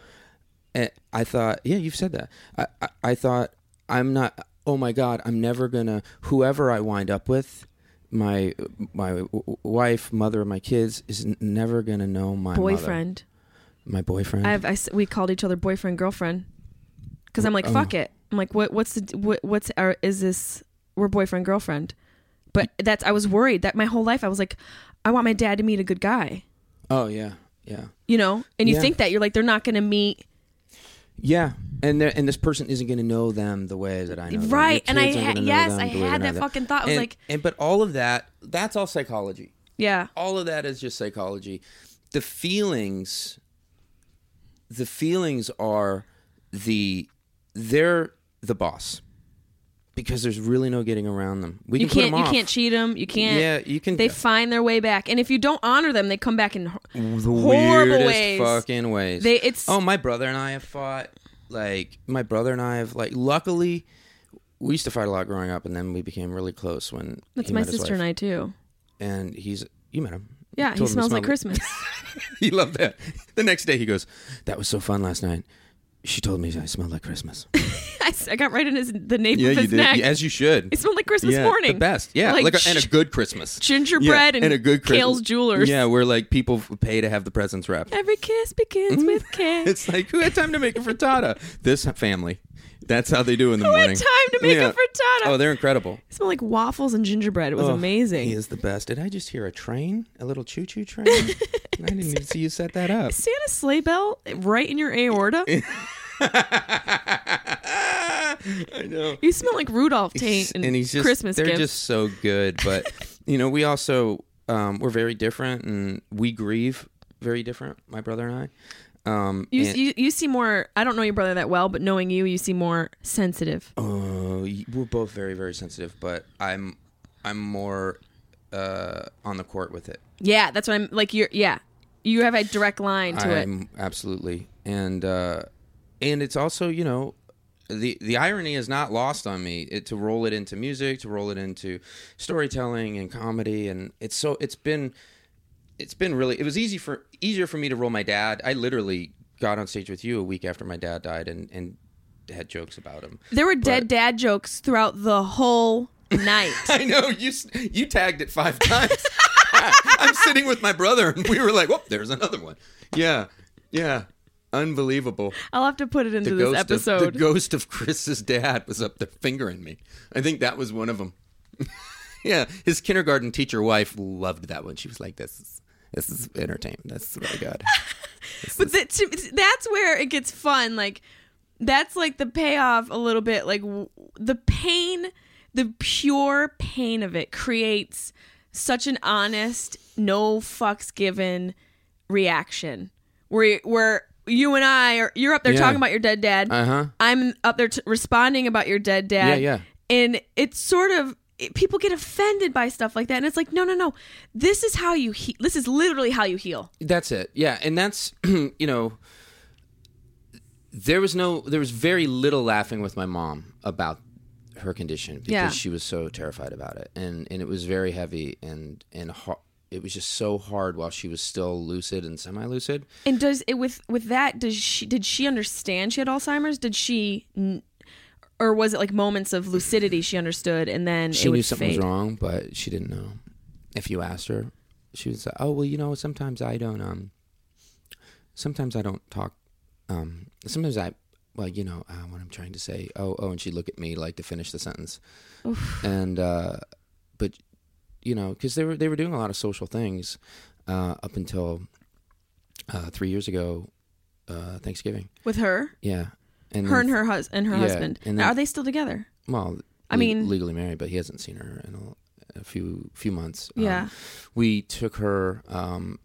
Speaker 3: And I thought, yeah, you've said that. I, I, I thought, I'm not, oh my God, I'm never going to, whoever I wind up with, my my w- w- wife, mother of my kids, is n- never going to know my mother.
Speaker 1: boyfriend.
Speaker 3: My boyfriend.
Speaker 1: I have. I s we called each other boyfriend girlfriend. Because I'm like,
Speaker 3: Oh.
Speaker 1: fuck it. I'm like, what? What's the? What, what's our? Is this? We're boyfriend girlfriend. But that's. I was worried that my whole life I was like, I want my dad to meet a good guy.
Speaker 3: Oh yeah, yeah,
Speaker 1: You know. And you
Speaker 3: Yeah.
Speaker 1: think that you're like, they're not gonna meet.
Speaker 3: Yeah, and they're- and this person isn't going to know them the way that I know them. Your
Speaker 1: Right, and I
Speaker 3: kids aren't
Speaker 1: ha-
Speaker 3: gonna know
Speaker 1: yes,
Speaker 3: them
Speaker 1: I
Speaker 3: the way
Speaker 1: had
Speaker 3: that I
Speaker 1: that
Speaker 3: know.
Speaker 1: fucking thought. I was
Speaker 3: And-
Speaker 1: like-
Speaker 3: and but all of that, that's all psychology.
Speaker 1: Yeah.
Speaker 3: all of that is just psychology the feelings the feelings are the they're the boss because there's really no getting around them we
Speaker 1: You
Speaker 3: can put
Speaker 1: can't.
Speaker 3: 'em
Speaker 1: You
Speaker 3: off.
Speaker 1: can't cheat them. You can't.
Speaker 3: Yeah, you can-
Speaker 1: They find their way back, and if you don't honor them, they come back in.
Speaker 3: the
Speaker 1: horrible
Speaker 3: weirdest
Speaker 1: ways.
Speaker 3: fucking ways
Speaker 1: They- it's-
Speaker 3: oh my brother and i have fought like my brother and i have like luckily we used to fight a lot growing up and then we became really close when
Speaker 1: That's
Speaker 3: he
Speaker 1: my
Speaker 3: met his
Speaker 1: sister and
Speaker 3: wife.
Speaker 1: I too.
Speaker 3: and he's you met him
Speaker 1: Yeah,
Speaker 3: Told him
Speaker 1: he
Speaker 3: to
Speaker 1: smells like
Speaker 3: smell-
Speaker 1: Christmas. <laughs>
Speaker 3: <laughs> he loved that. The next day, he goes, "That was so fun last night." She told me I smelled like Christmas.
Speaker 1: I, s- I got right in his the nape of his neck.
Speaker 3: as you should.
Speaker 1: It smelled like Christmas
Speaker 3: yeah,
Speaker 1: morning.
Speaker 3: the best. Yeah, like,
Speaker 1: Like,
Speaker 3: a, and a
Speaker 1: sh-
Speaker 3: good Christmas.
Speaker 1: gingerbread and
Speaker 3: a good Christmas.
Speaker 1: Kale's Jewelers.
Speaker 3: Yeah, where like people f- pay to have the presents wrapped.
Speaker 1: Every kiss begins with kiss.
Speaker 3: <laughs> Mm-hmm. It's like who had time to make a frittata? This family. That's how they do in the
Speaker 1: Who had
Speaker 3: morning.
Speaker 1: time to make a frittata?
Speaker 3: Oh, they're incredible.
Speaker 1: It smelled like waffles and gingerbread. It was
Speaker 3: Oh,
Speaker 1: amazing.
Speaker 3: He is the best. Did I just hear a train? A little
Speaker 1: <laughs>
Speaker 3: choo-choo train? I didn't even see you set that up.
Speaker 1: Santa sleigh bell right in your aorta.
Speaker 3: <laughs> I know.
Speaker 1: you smell like Rudolph taint
Speaker 3: He's-
Speaker 1: and,
Speaker 3: and he's just
Speaker 1: Christmas
Speaker 3: they're
Speaker 1: gifts.
Speaker 3: just so good but
Speaker 1: <laughs>
Speaker 3: you know we also um, we're very different and we grieve very different my brother and i um
Speaker 1: you,
Speaker 3: and-
Speaker 1: you you see more. I don't know your brother that well, but knowing you, you see more sensitive.
Speaker 3: oh, y- we're both very very sensitive but i'm i'm more uh on the court with it
Speaker 1: Yeah, that's what I'm like. You're yeah. You have a direct line to it.
Speaker 3: I'm, Absolutely, and uh, and it's also you know the the irony is not lost on me it, to roll it into music, to roll it into storytelling and comedy, and it's so it's been it's been really it was easy for easier for me to roll my dad. I literally got on stage with you a week after my dad died and and had jokes about him. <laughs>
Speaker 1: There were dead dad jokes throughout the whole night.
Speaker 3: <laughs> I know you s- you tagged it five times. <laughs> I'm sitting with my brother, and we were like, "Whoop, there's another one." Yeah, yeah, unbelievable.
Speaker 1: I'll have to put it into
Speaker 3: the
Speaker 1: this
Speaker 3: ghost
Speaker 1: episode.
Speaker 3: Of, the <laughs> ghost of Chris's dad was up there fingering me. I think that was one of them. <laughs> yeah, his kindergarten teacher wife loved that one. She was like, "This is this is entertainment. That's really good."
Speaker 1: but that, to- that's where it gets fun like that's like the payoff a little bit like w- the pain the pure pain of it creates such an honest no fucks given reaction where where you and I are you're up there
Speaker 3: Yeah.
Speaker 1: talking about your dead dad
Speaker 3: Uh-huh.
Speaker 1: I'm up there t- responding about your dead dad
Speaker 3: Yeah, yeah.
Speaker 1: and it's sort of it, people get offended by stuff like that and it's like no no no this is how you he- this is literally how you heal
Speaker 3: <laughs> that's it. Yeah, and that's <clears throat> you know, there was no, there was very little laughing with my mom about her condition because
Speaker 1: Yeah.
Speaker 3: she was so terrified about it, and and it was very heavy and and hard. It was just so hard while she was still lucid and semi-lucid.
Speaker 1: And does it with with that? Does she did she understand she had Alzheimer's? Did she, n- or was it like moments of lucidity she understood and then
Speaker 3: she
Speaker 1: it would
Speaker 3: knew something
Speaker 1: fade?
Speaker 3: was wrong, but she didn't know. If you asked her, she was like, "Oh well, you know, sometimes I don't. Um, sometimes I don't talk. Um, sometimes I, well, you know, uh, what I'm trying to say. Oh, oh, and she'd look at me like to finish the sentence, and uh, but you know, because they were they were doing a lot of social things uh, up until uh, three years ago, uh, Thanksgiving.
Speaker 1: with her,
Speaker 3: Yeah, and
Speaker 1: her
Speaker 3: then-
Speaker 1: and her hus and her
Speaker 3: Mm-hmm. Yeah,
Speaker 1: husband.
Speaker 3: and
Speaker 1: Now,
Speaker 3: then-
Speaker 1: are they still together?
Speaker 3: well,
Speaker 1: I
Speaker 3: le-
Speaker 1: mean-
Speaker 3: legally married, but he hasn't seen her in a, a few few months. Um,
Speaker 1: Yeah.
Speaker 3: we took her. Um,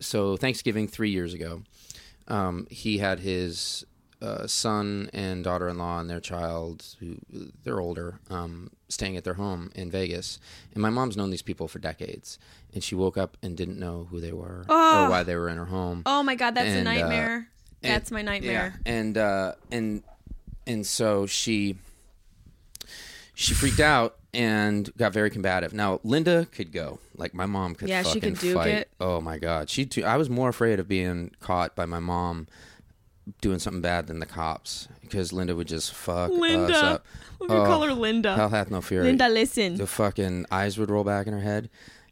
Speaker 3: so Thanksgiving three years ago, um, he had his uh, son and daughter-in-law and their child, who they're older, um, staying at their home in Vegas. And my mom's known these people for decades, and she woke up and didn't know who they were
Speaker 1: Ah.
Speaker 3: or why they were in her home.
Speaker 1: Oh my god, that's
Speaker 3: And,
Speaker 1: a
Speaker 3: uh,
Speaker 1: nightmare.
Speaker 3: and-
Speaker 1: that's my nightmare.
Speaker 3: Yeah. And uh, and and so she she freaked out and got very combative. Now Linda could go. Like my mom could
Speaker 1: Yeah, she
Speaker 3: fucking
Speaker 1: could duke
Speaker 3: fight.
Speaker 1: it.
Speaker 3: Oh my god. She too, I was more afraid of being caught by my mom doing something bad than the cops because Linda would just fuck
Speaker 1: Linda,
Speaker 3: us up.
Speaker 1: we could call her Linda.
Speaker 3: Hell hath no fury.
Speaker 1: Linda, listen.
Speaker 3: The fucking eyes would roll back in her head.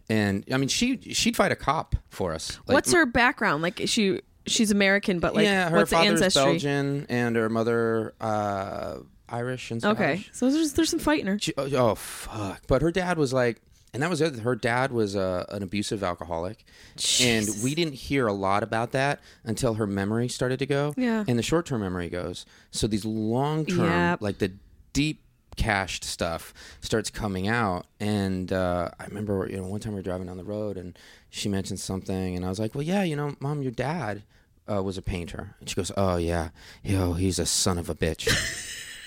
Speaker 3: And I mean she she'd fight a cop for us. Like,
Speaker 1: What's her background? Like is she she's American, but like
Speaker 3: yeah, her
Speaker 1: what's the
Speaker 3: father's
Speaker 1: ancestry?
Speaker 3: Belgian and her mother uh, Irish and Scottish.
Speaker 1: Okay, so there's there's some fighting her.
Speaker 3: She- oh, oh, fuck! But her dad was like, and that was it. Her dad was uh, an abusive alcoholic, and we didn't hear a lot about that until her memory started to go.
Speaker 1: Yeah.
Speaker 3: and the short term memory goes. So these long term,
Speaker 1: Yep.
Speaker 3: like the deep cached stuff, starts coming out. And uh, I remember, you know, one time we were driving down the road, and she mentioned something, and I was like, "Well, yeah, you know, mom, your dad." Uh, was a painter, and she goes, "Oh yeah, yo, he's a son of a bitch."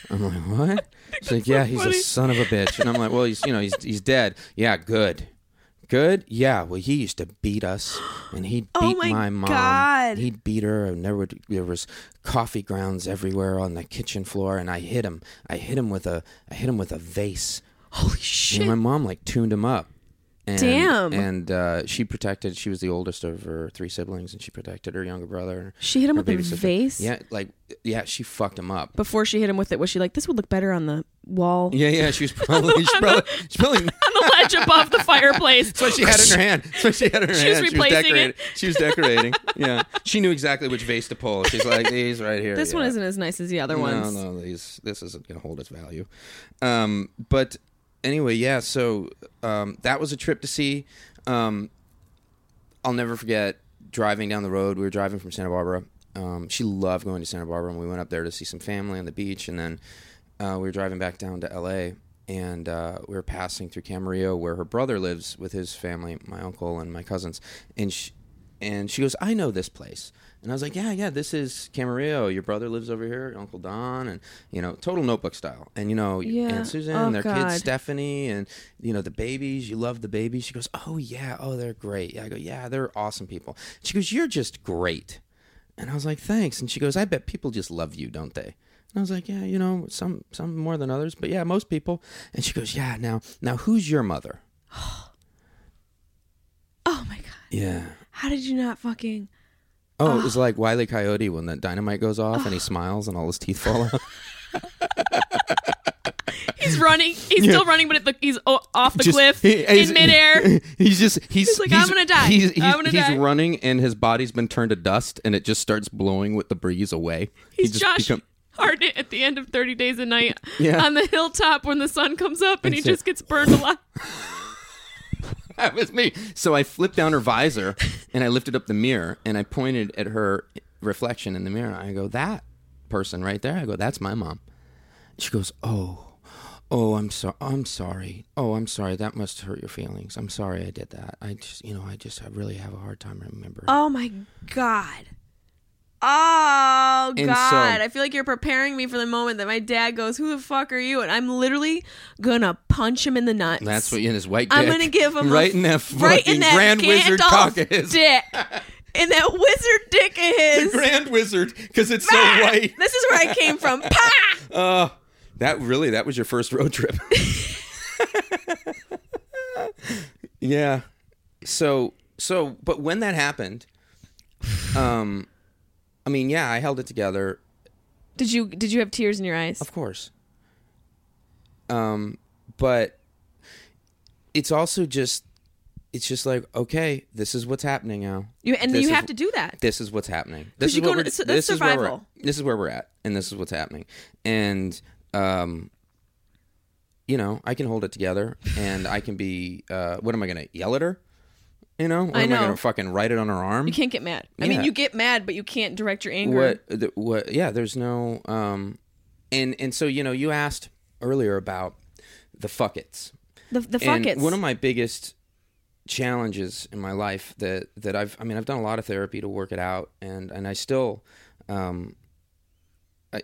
Speaker 3: I'm like, what?
Speaker 1: <laughs>
Speaker 3: She's like, yeah, he's a son of a bitch. And I'm like, well, he's you know, he's he's dead. Yeah, good, good. Yeah, well, he used to beat us, and he beat
Speaker 1: Oh
Speaker 3: my,
Speaker 1: my
Speaker 3: mom.
Speaker 1: God.
Speaker 3: He beat her, and there were there was coffee grounds everywhere on the kitchen floor, and I hit him. I hit him with a I hit him with a vase.
Speaker 1: Holy
Speaker 3: And
Speaker 1: shit.
Speaker 3: my mom like tuned him up. And,
Speaker 1: Damn.
Speaker 3: And uh, she protected. She was the oldest of her three siblings, and she protected her younger brother.
Speaker 1: She hit him
Speaker 3: her
Speaker 1: with a
Speaker 3: baby sister.
Speaker 1: vase?
Speaker 3: Yeah, like yeah, she fucked him up.
Speaker 1: Before she hit him with it, was she like, this would look better on the wall?
Speaker 3: Yeah, yeah, she was probably she probably
Speaker 1: <laughs>
Speaker 3: she probably that's
Speaker 1: On the ledge above the fireplace.
Speaker 3: what she had in her hand. That's what she had in her
Speaker 1: She was
Speaker 3: hand.
Speaker 1: replacing
Speaker 3: decorating.
Speaker 1: it.
Speaker 3: She was
Speaker 1: <laughs>
Speaker 3: decorating. Yeah, she knew exactly which vase to pull. She's like these right here.
Speaker 1: This one
Speaker 3: yeah.
Speaker 1: isn't as nice as the other ones.
Speaker 3: No, no, these this isn't going to hold its value. Um, but anyway, yeah. So um, that was a trip to see. Um, I'll never forget driving down the road. We were driving from Santa Barbara. Um, she loved going to Santa Barbara, and we went up there to see some family on the beach, and then uh, we were driving back down to L.A. And uh, we were passing through Camarillo, where her brother lives with his family, my uncle and my cousins, and she, and she goes, I know this place. And I was like, Yeah, yeah, this is Camarillo. Your brother lives over here, Uncle Don, and you know, total notebook style. And you know,
Speaker 1: Yeah.
Speaker 3: Aunt Susan,
Speaker 1: Oh,
Speaker 3: their
Speaker 1: God.
Speaker 3: kids Stephanie, and you know, the babies. You love the babies. She goes, Oh yeah, oh they're great. Yeah, I go, Yeah, they're awesome people. She goes, You're just great. And I was like, Thanks. And she goes, I bet people just love you, don't they? And I was like, Yeah, you know, some some more than others, but yeah, most people. And she goes, Yeah, now now who's your mother?
Speaker 1: Oh my God.
Speaker 3: Yeah.
Speaker 1: How did you not fucking.
Speaker 3: Oh, it was like Wiley Coyote when that dynamite goes off and he smiles and all his teeth fall out.
Speaker 1: He's running. He's still running, but it, the, he's o- off the
Speaker 3: Just-
Speaker 1: cliff
Speaker 3: <laughs> he- he's-
Speaker 1: in midair.
Speaker 3: He's just he's,
Speaker 1: He's like, "I'm gonna die.
Speaker 3: He's, he's,
Speaker 1: I'm gonna
Speaker 3: he's
Speaker 1: die."
Speaker 3: running and his body's been turned to dust and it just starts blowing with the breeze away. He
Speaker 1: He's
Speaker 3: just
Speaker 1: Josh
Speaker 3: become- <laughs>
Speaker 1: Hartnett at the end of 30 Days a Night
Speaker 3: Yeah.
Speaker 1: on the hilltop when the sun comes up and he
Speaker 3: That's it.
Speaker 1: just gets burned alive.
Speaker 3: that was me. So I flipped down her
Speaker 1: <laughs>
Speaker 3: visor and I lifted up the mirror and I pointed at her reflection in the mirror. I go, that person right there. I go, that's my mom. She goes, oh. Oh, I'm sorry. I'm sorry. Oh, I'm sorry. That must hurt your feelings. I'm sorry I did that. I just, you know, I just, I really have a hard time remembering.
Speaker 1: Oh my God. Oh God.
Speaker 3: so-
Speaker 1: I feel like you're preparing me for the moment that my dad goes, Who the fuck are you? And I'm literally gonna punch him in the nuts.
Speaker 3: That's what in his white. Dick,
Speaker 1: I'm gonna give him
Speaker 3: right
Speaker 1: a,
Speaker 3: in that
Speaker 1: right in
Speaker 3: fucking
Speaker 1: that
Speaker 3: grand wizard
Speaker 1: Gandalf
Speaker 3: cock
Speaker 1: <laughs>
Speaker 3: of his. <laughs>
Speaker 1: dick, in that wizard dick of his.
Speaker 3: grand wizard because it's
Speaker 1: Ah!
Speaker 3: so
Speaker 1: <laughs>
Speaker 3: white.
Speaker 1: This is where I came
Speaker 3: <laughs>
Speaker 1: from. Pa!
Speaker 3: Uh, that really that was your first road trip. <laughs> yeah. So so but when that happened, um, I mean yeah, I held it together.
Speaker 1: Did you did you have tears in your eyes?
Speaker 3: Of course. Um, but it's also just it's just like okay, this is what's happening now.
Speaker 1: You and
Speaker 3: This
Speaker 1: you
Speaker 3: is-
Speaker 1: have to do that.
Speaker 3: this is what's happening. This
Speaker 1: you
Speaker 3: is
Speaker 1: go
Speaker 3: what
Speaker 1: to-
Speaker 3: we're,
Speaker 1: so that's
Speaker 3: this is where we're at.
Speaker 1: survival.
Speaker 3: This is where we're at, and this is what's happening. And um, you know, I can hold it together, and I can be. Uh, what am I going to yell at her? You know, what
Speaker 1: I
Speaker 3: am I
Speaker 1: know.
Speaker 3: going to fucking write it on her arm?
Speaker 1: You can't get mad. I
Speaker 3: Yeah.
Speaker 1: mean, you get mad, but you can't direct your anger.
Speaker 3: what the, what yeah there's no um and and so you know you asked earlier about the fuck it's
Speaker 1: The the fuck
Speaker 3: and
Speaker 1: it's
Speaker 3: one of my biggest challenges in my life that that I've I mean I've done a lot of therapy to work it out and and I still um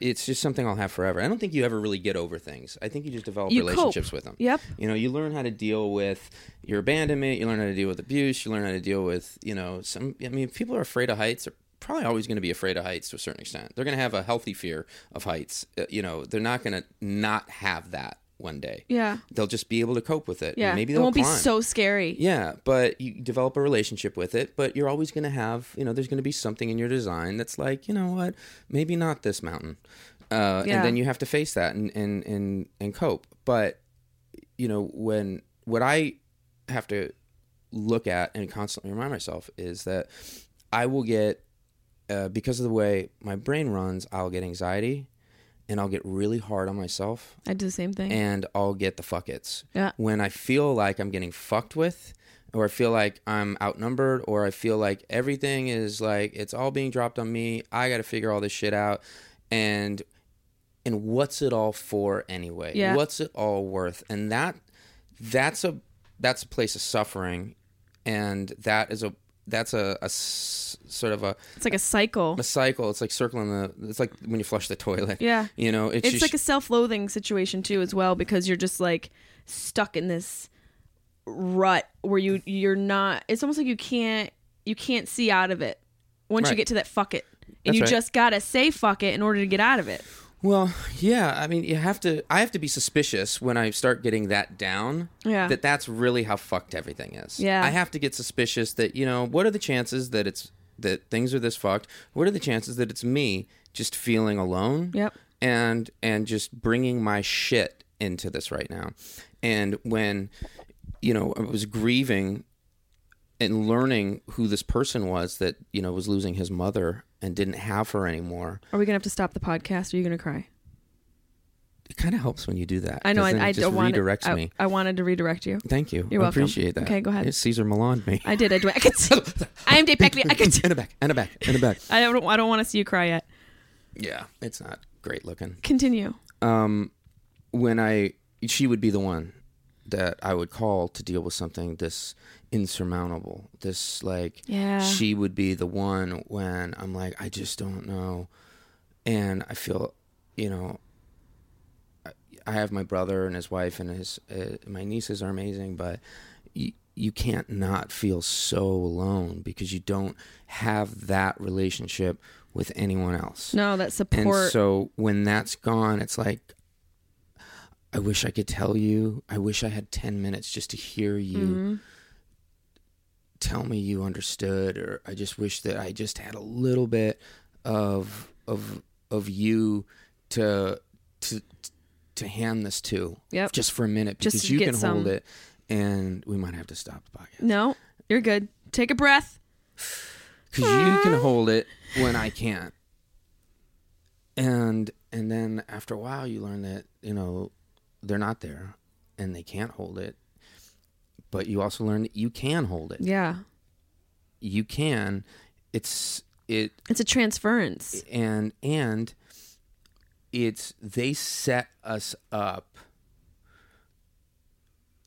Speaker 3: it's just something I'll have forever. I don't think you ever really get over things. I think you just develop
Speaker 1: You cope.
Speaker 3: relationships with them.
Speaker 1: Yep.
Speaker 3: You know, you learn how to deal with your abandonment, you learn how to deal with abuse, you learn how to deal with, you know, some I mean, if people are afraid of heights are probably always going to be afraid of heights to a certain extent. They're going to have a healthy fear of heights. Uh, you know, they're not going to not have that one day
Speaker 1: yeah
Speaker 3: they'll just be able to cope with it. And
Speaker 1: yeah.
Speaker 3: maybe
Speaker 1: it
Speaker 3: they'll
Speaker 1: won't
Speaker 3: climb.
Speaker 1: be so scary.
Speaker 3: Yeah, but you develop a relationship with it. But you're always going to have, you know, there's going to be something in your design that's like, you know what, maybe not this mountain. Uh,
Speaker 1: Yeah.
Speaker 3: And then you have to face that and and and and cope. But you know, when what I have to look at and constantly remind myself is that I will get uh, because of the way my brain runs, I'll get anxiety and I'll get really hard on myself
Speaker 1: I do the same thing.
Speaker 3: and I'll get the fuck it's.
Speaker 1: Yeah.
Speaker 3: When I feel like I'm getting fucked with, or I feel like I'm outnumbered, or I feel like everything is like it's all being dropped on me. I got to figure all this shit out, and and what's it all for anyway?
Speaker 1: Yeah.
Speaker 3: What's it all worth? And that that's a that's a place of suffering, and that is a that's a, a s- sort of a,
Speaker 1: it's like a cycle.
Speaker 3: a cycle. It's like circling the. It's like when you flush the toilet.
Speaker 1: Yeah.
Speaker 3: You know, it's,
Speaker 1: It's
Speaker 3: just,
Speaker 1: like a self-loathing situation too, as well, because you're just like stuck in this rut where you you're not. It's almost like you can't you can't see out of it once you
Speaker 3: Right.
Speaker 1: get to that fuck it, and
Speaker 3: That's
Speaker 1: you
Speaker 3: right.
Speaker 1: just gotta say fuck it in order to get out of it.
Speaker 3: Well, yeah. I mean, you have to. I have to be suspicious when I start getting that down.
Speaker 1: Yeah.
Speaker 3: That that's really how fucked everything is.
Speaker 1: Yeah.
Speaker 3: I have to get suspicious that you know what are the chances that it's that things are this fucked. What are the chances that it's me just feeling alone?
Speaker 1: Yep.
Speaker 3: And and just bringing my shit into this right now. And when you know I was grieving and learning who this person was that you know was losing his mother and didn't have her anymore
Speaker 1: Are we gonna have to stop the podcast? Or are you gonna cry?
Speaker 3: it kind of helps when you do that.
Speaker 1: I know.
Speaker 3: 'cause
Speaker 1: I,
Speaker 3: then
Speaker 1: I
Speaker 3: it just
Speaker 1: don't want
Speaker 3: redirects
Speaker 1: I,
Speaker 3: me.
Speaker 1: I wanted to redirect you.
Speaker 3: Thank you.
Speaker 1: You're
Speaker 3: I
Speaker 1: welcome.
Speaker 3: Appreciate that.
Speaker 1: Okay, go ahead.
Speaker 3: It Caesar Milan me. <laughs>
Speaker 1: I did. I do. I could. I am Dave Beckley. I could.
Speaker 3: and a back. And a back. And a back.
Speaker 1: I don't. I don't want to see you cry yet.
Speaker 3: Yeah, it's not great looking.
Speaker 1: Continue.
Speaker 3: Um, when I she would be the one that I would call to deal with something this insurmountable. This like
Speaker 1: Yeah.
Speaker 3: she would be the one when I'm like I just don't know, and I feel, you know. I- I have my brother and his wife and his uh, my nieces are amazing, but you you can't not feel so alone because you don't have that relationship with anyone else.
Speaker 1: No, that
Speaker 3: And
Speaker 1: support.
Speaker 3: so when that's gone, it's like, I wish I could tell you. I wish I had 10 minutes just to hear you
Speaker 1: Mm-hmm.
Speaker 3: tell me you understood, or I just wish that I just had a little bit of, of, of you to, to, to hand this to
Speaker 1: Yep.
Speaker 3: just for a minute
Speaker 1: Just
Speaker 3: because
Speaker 1: to
Speaker 3: you
Speaker 1: get
Speaker 3: can
Speaker 1: some-
Speaker 3: hold it and we might have to stop the podcast
Speaker 1: no, you're good. Take a breath.
Speaker 3: because you can hold it when I can't. And and then after a while, you learn that you know they're not there, and they can't hold it. But you also learn that you can hold it.
Speaker 1: Yeah,
Speaker 3: You can. It's it
Speaker 1: it's a transference.
Speaker 3: and and it's they set us up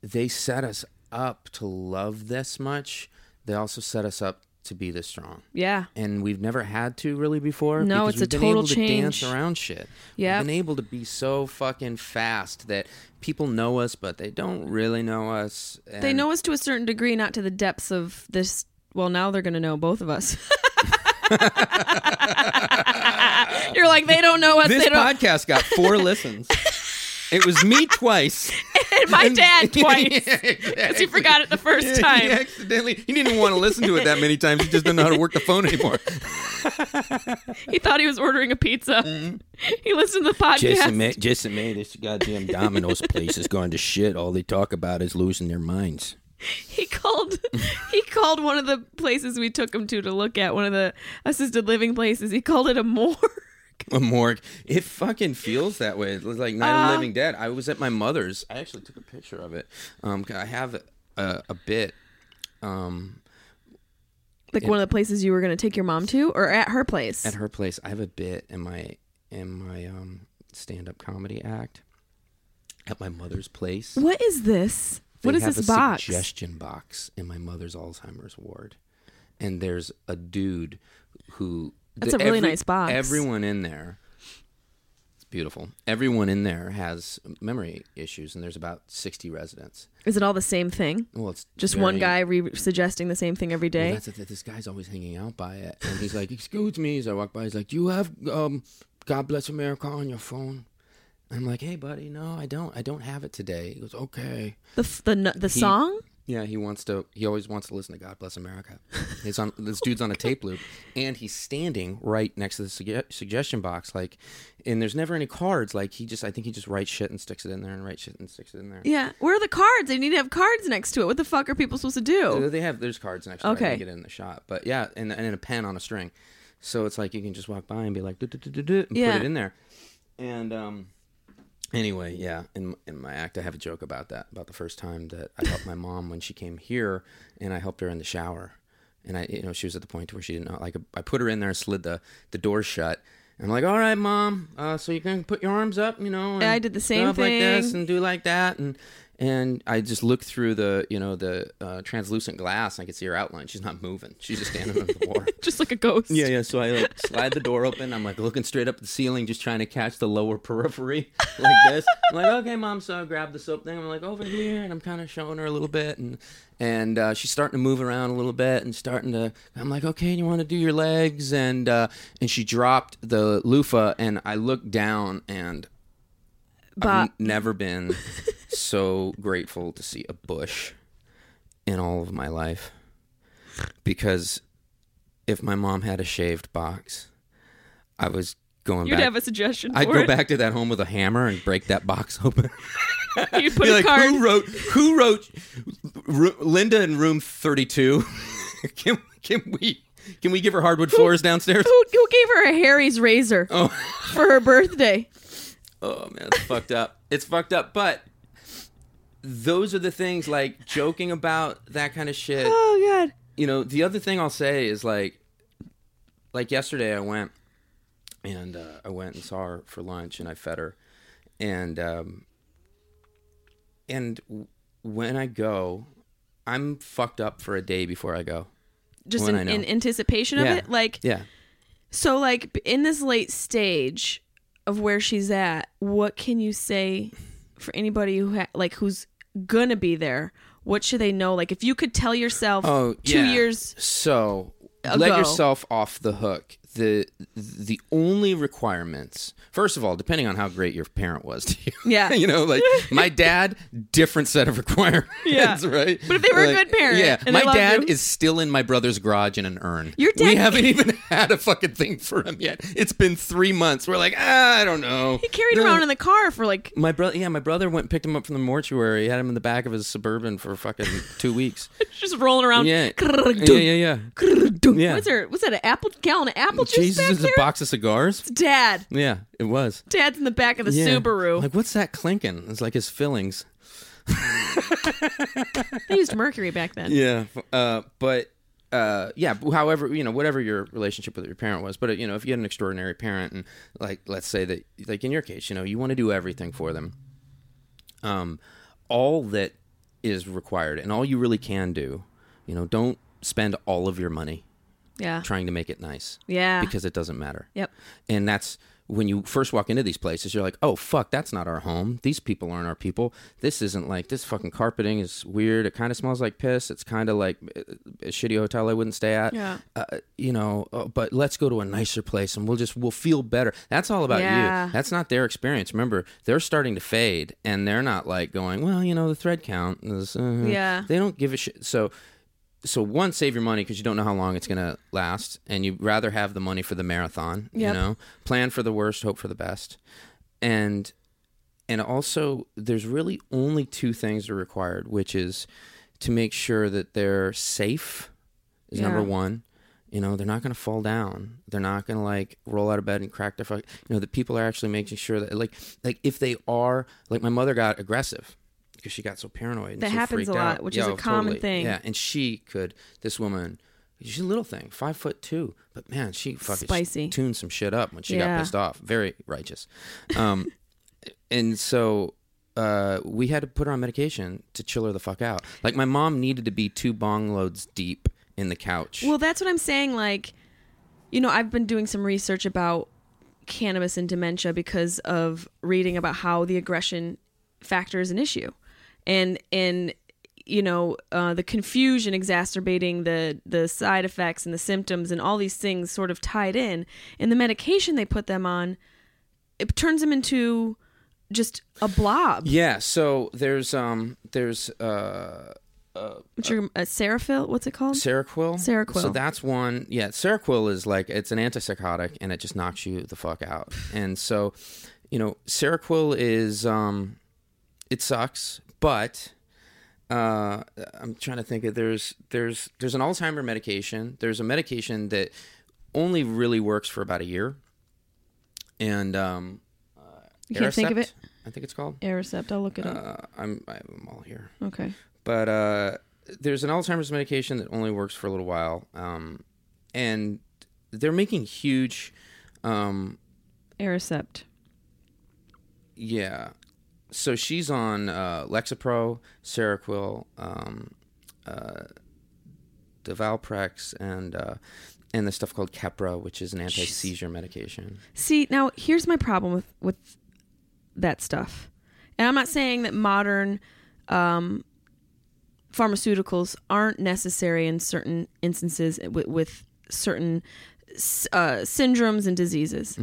Speaker 3: they set us up to love this much they also set us up to be this strong
Speaker 1: Yeah,
Speaker 3: and we've never had to really before.
Speaker 1: No,
Speaker 3: because
Speaker 1: it's a
Speaker 3: we've been
Speaker 1: total
Speaker 3: able To dance
Speaker 1: change.
Speaker 3: around shit.
Speaker 1: Yep.
Speaker 3: we've been able to be so fucking fast that people know us, but they don't really know us. And
Speaker 1: they know us to a certain degree, not to the depths of this. Well, now they're gonna know both of us. <laughs> you're like they don't know us.
Speaker 3: This
Speaker 1: they don't.
Speaker 3: podcast got four listens. It was me twice. <laughs>
Speaker 1: and <laughs> my dad <laughs> twice.
Speaker 3: Yeah,
Speaker 1: Because he forgot it the first time.
Speaker 3: He accidentally, he didn't even want to listen to it that many times. He just didn't know how to work the phone
Speaker 1: <laughs>
Speaker 3: anymore.
Speaker 1: He thought he was ordering a pizza.
Speaker 3: Mm-hmm.
Speaker 1: <laughs> He listened to the podcast.
Speaker 5: Jason May, Jason May, this goddamn Domino's place is going to shit. All they talk about is losing their minds.
Speaker 1: he called <laughs> he called one of the places we took him to to look at one of the assisted living places he called it a morgue
Speaker 3: A morgue. It fucking feels that way. It was like Night of the Living Dead. I was at my mother's. I actually took a picture of it. Um, 'cause I have a, a bit. Um,
Speaker 1: <laughs> like one of the places you were going to take your mom to or at her place
Speaker 3: at her place, I have a bit in my in my um stand up comedy act. At my mother's place.
Speaker 1: what is this what
Speaker 3: They
Speaker 1: is
Speaker 3: have
Speaker 1: this
Speaker 3: a
Speaker 1: box
Speaker 3: Suggestion box in my mother's Alzheimer's ward, and there's a dude who.
Speaker 1: That's a really nice box.
Speaker 3: Everyone in there. It's beautiful. Everyone in there has memory issues, and there's about sixty residents.
Speaker 1: is it all the same thing
Speaker 3: Well, it's
Speaker 1: just one
Speaker 3: varying-
Speaker 1: guy re- suggesting the same thing every
Speaker 3: Well,
Speaker 1: day
Speaker 3: that's the thing. This guy's always hanging out by it, and he's like, "Excuse me." As I walk by, he's like, "Do you have um, God Bless America on your phone?" I'm like, "Hey, buddy, no, I don't. I don't have it today." He goes, "Okay."
Speaker 1: the f- the n- the
Speaker 3: He-
Speaker 1: song
Speaker 3: Yeah, he wants to. He always wants to listen to "God Bless America." He's on this dude's on a tape loop, and he's standing right next to the sugge- suggestion box, like, and there's never any cards. Like he just, I think he just writes shit and sticks it in there, and writes shit and sticks it in there.
Speaker 1: yeah where are the cards they need to have cards next to it what the fuck are people supposed to
Speaker 3: Uh,
Speaker 1: do
Speaker 3: They have there's cards next. Okay, I
Speaker 1: Okay.
Speaker 3: didn't get it in the shot, but yeah, and and in a pen on a string, so it's like you can just walk by and be like, "Du-du-du-du-du," and
Speaker 1: Yeah.
Speaker 3: put it in there.
Speaker 5: And um,
Speaker 3: Anyway, yeah, in in my act, I have a joke about that. About the first time that I helped my mom when she came here, and I helped her in the shower, and I, you know, she was at the point where she didn't know. Like, I put her in there, slid the the door shut, and I'm like, "All right, mom, uh, so you can put your arms up, you know." And
Speaker 1: I did the same
Speaker 3: stuff like this,
Speaker 1: thing.
Speaker 3: and do like that, and and I just looked through the, you know, the uh, translucent glass, and I could see her outline. She's not moving. She's just standing under
Speaker 1: <laughs>
Speaker 3: the water.
Speaker 1: Just like a ghost.
Speaker 3: <laughs> Yeah, yeah. So I like slide the door open. I'm like looking straight up at the ceiling, just trying to catch the lower periphery <laughs> like this. I'm like, okay, mom. So I grab the soap thing. I'm like over here, and I'm kind of showing her a little bit, and and uh, she's starting to move around a little bit, and starting to. I'm like, okay, you want to do your legs, and uh, and she dropped the loofah, and I looked down, and I've
Speaker 1: But
Speaker 3: n- never been so grateful to see a bush in all of my life. Because if my mom had a shaved box, I was going
Speaker 1: you'd
Speaker 3: back.
Speaker 1: have a suggestion. For
Speaker 3: I'd go
Speaker 1: it.
Speaker 3: back to that home with a hammer and break that box <laughs> open.
Speaker 1: <laughs> You'd put
Speaker 3: Be
Speaker 1: a
Speaker 3: like,
Speaker 1: card.
Speaker 3: who wrote? Who wrote? Ru- Linda in room thirty-two. <laughs> can can we can we give her hardwood floors downstairs? <laughs>
Speaker 1: Who, who gave her a Harry's razor for her birthday?
Speaker 3: Oh man, it's fucked up. It's fucked up. But those are the things like joking about that kind of shit.
Speaker 1: Oh god.
Speaker 3: You know, the other thing I'll say is like, like yesterday I went and uh, I went and saw her for lunch and I fed her, and um, and w- when I go, I'm fucked up for a day before I go.
Speaker 1: Just
Speaker 3: When
Speaker 1: in,
Speaker 3: I know.
Speaker 1: in anticipation of
Speaker 3: Yeah.
Speaker 1: it, like
Speaker 3: Yeah.
Speaker 1: so, like b- in this late stage of where she's at, what can you say for anybody who ha- like who's gonna be there? What should they know? Like if you could tell yourself
Speaker 3: Oh,
Speaker 1: two
Speaker 3: yeah.
Speaker 1: years,
Speaker 3: So
Speaker 1: ago.
Speaker 3: let yourself off the hook. The the only requirements. First of all, depending on how great your parent was to you.
Speaker 1: Yeah.
Speaker 3: <laughs> you
Speaker 1: <laughs>
Speaker 3: know, like my dad, different set of <laughs> requirements.
Speaker 1: Yeah.
Speaker 3: Right. But
Speaker 1: if they were a good parent
Speaker 3: yeah.
Speaker 1: and they
Speaker 3: my
Speaker 1: loved
Speaker 3: dad
Speaker 1: you.
Speaker 3: is still in my brother's garage in an urn.
Speaker 1: Your dad-
Speaker 3: We haven't even <laughs> had a fucking thing for him yet. It's been three months. We're like, ah, I don't know.
Speaker 1: he carried around in the car for like
Speaker 3: My brother, yeah, my brother went and picked him up from the mortuary. He had him in the back of his suburban for fucking two weeks.
Speaker 1: <laughs> just rolling around. <laughs>
Speaker 3: <laughs> Yeah, yeah,
Speaker 1: Krrr,
Speaker 3: yeah,
Speaker 1: dunk,
Speaker 3: yeah.
Speaker 1: krrr, dunk.
Speaker 3: Yeah.
Speaker 1: What's there? What's that? An apple gallon of apple juice
Speaker 3: Jesus
Speaker 1: back
Speaker 3: is
Speaker 1: there?
Speaker 3: a box of cigars.
Speaker 1: Dad,
Speaker 3: Yeah, it was.
Speaker 1: Dad's in the back of the
Speaker 3: Yeah.
Speaker 1: Subaru.
Speaker 3: Like, what's that clinking? It's like his fillings.
Speaker 1: they used mercury back then.
Speaker 3: Yeah. Uh, but uh, yeah. but However, you know, whatever your relationship with your parent was, but uh, you know, if you had an extraordinary parent, and like, let's say that, like in your case, you know, you want to do everything for them. Um, all that is required, and all you really can do, you know, don't spend all of your money
Speaker 1: Yeah.
Speaker 3: trying to make it nice.
Speaker 1: Yeah.
Speaker 3: Because it doesn't matter.
Speaker 1: Yep.
Speaker 3: And that's when you first walk into these places, you're like, oh, fuck, that's not our home. These people aren't our people. This isn't like, this fucking carpeting is weird. It kind of smells like piss. It's kind of like uh, a a shitty hotel I wouldn't stay at.
Speaker 1: Yeah.
Speaker 3: Uh, you know, uh, but let's go to a nicer place and we'll just, we'll feel better. That's all about
Speaker 1: Yeah.
Speaker 3: you. That's not their experience. Remember, they're starting to fade and they're not like going, well, you know, the thread count is, uh,
Speaker 1: Yeah.
Speaker 3: They don't give a shit. So, so one save your money because you don't know how long it's going to last and you'd rather have the money for the marathon you
Speaker 1: Yep.
Speaker 3: know plan for the worst hope for the best and and also there's really only two things that are required which is to make sure that they're safe is number
Speaker 1: Yeah.
Speaker 3: one you know they're not going to fall down they're not going to like roll out of bed and crack their fuck you know that people are actually making sure that like like if they are like my mother got aggressive because she got so paranoid and
Speaker 1: That
Speaker 3: so
Speaker 1: happens a
Speaker 3: freaked
Speaker 1: lot,
Speaker 3: out.
Speaker 1: which is a common thing.
Speaker 3: yeah and she could this woman she's a little thing five foot two but man she fucking
Speaker 1: Spicy.
Speaker 3: tuned some shit up when she
Speaker 1: Yeah.
Speaker 3: got pissed off very righteous um and so uh, we had to put her on medication to chill her the fuck out. Like my mom needed to be two bong loads deep in the couch.
Speaker 1: Well, that's what I'm saying. Like, you know, I've been doing some research about cannabis and dementia because of reading about how the aggression factor is an issue, and and you know uh, the confusion exacerbating the the side effects and the symptoms and all these things sort of tied in, and the medication they put them on, it turns them into just a blob.
Speaker 3: yeah. So there's um there's uh
Speaker 1: Which are a Seraphyl? uh, What's it called?
Speaker 3: Seroquel.
Speaker 1: Seroquel.
Speaker 3: So that's one. Yeah, Seroquel is like it's an antipsychotic and it just knocks you the fuck out. And so, you know, Seroquel is um, it sucks, but uh, I'm trying to think. Of, there's there's there's an Alzheimer medication. There's a medication that only really works for about a year, and um, uh,
Speaker 1: You can't think of
Speaker 3: Aricept,
Speaker 1: it?
Speaker 3: I think it's called.
Speaker 1: Aricept. I'll look it up.
Speaker 3: Uh, I'm I'm all here.
Speaker 1: Okay.
Speaker 3: but uh, there's an Alzheimer's medication that only works for a little while, um, and they're making huge, um,
Speaker 1: Aricept.
Speaker 3: yeah. So she's on uh, Lexapro, Seroquel, um, uh, Devalprex, and uh, and this stuff called Keppra, which is an anti seizure medication.
Speaker 1: See, now here's my problem with with that stuff. And I'm not saying that modern um, pharmaceuticals aren't necessary in certain instances with, with certain s- uh, syndromes and diseases.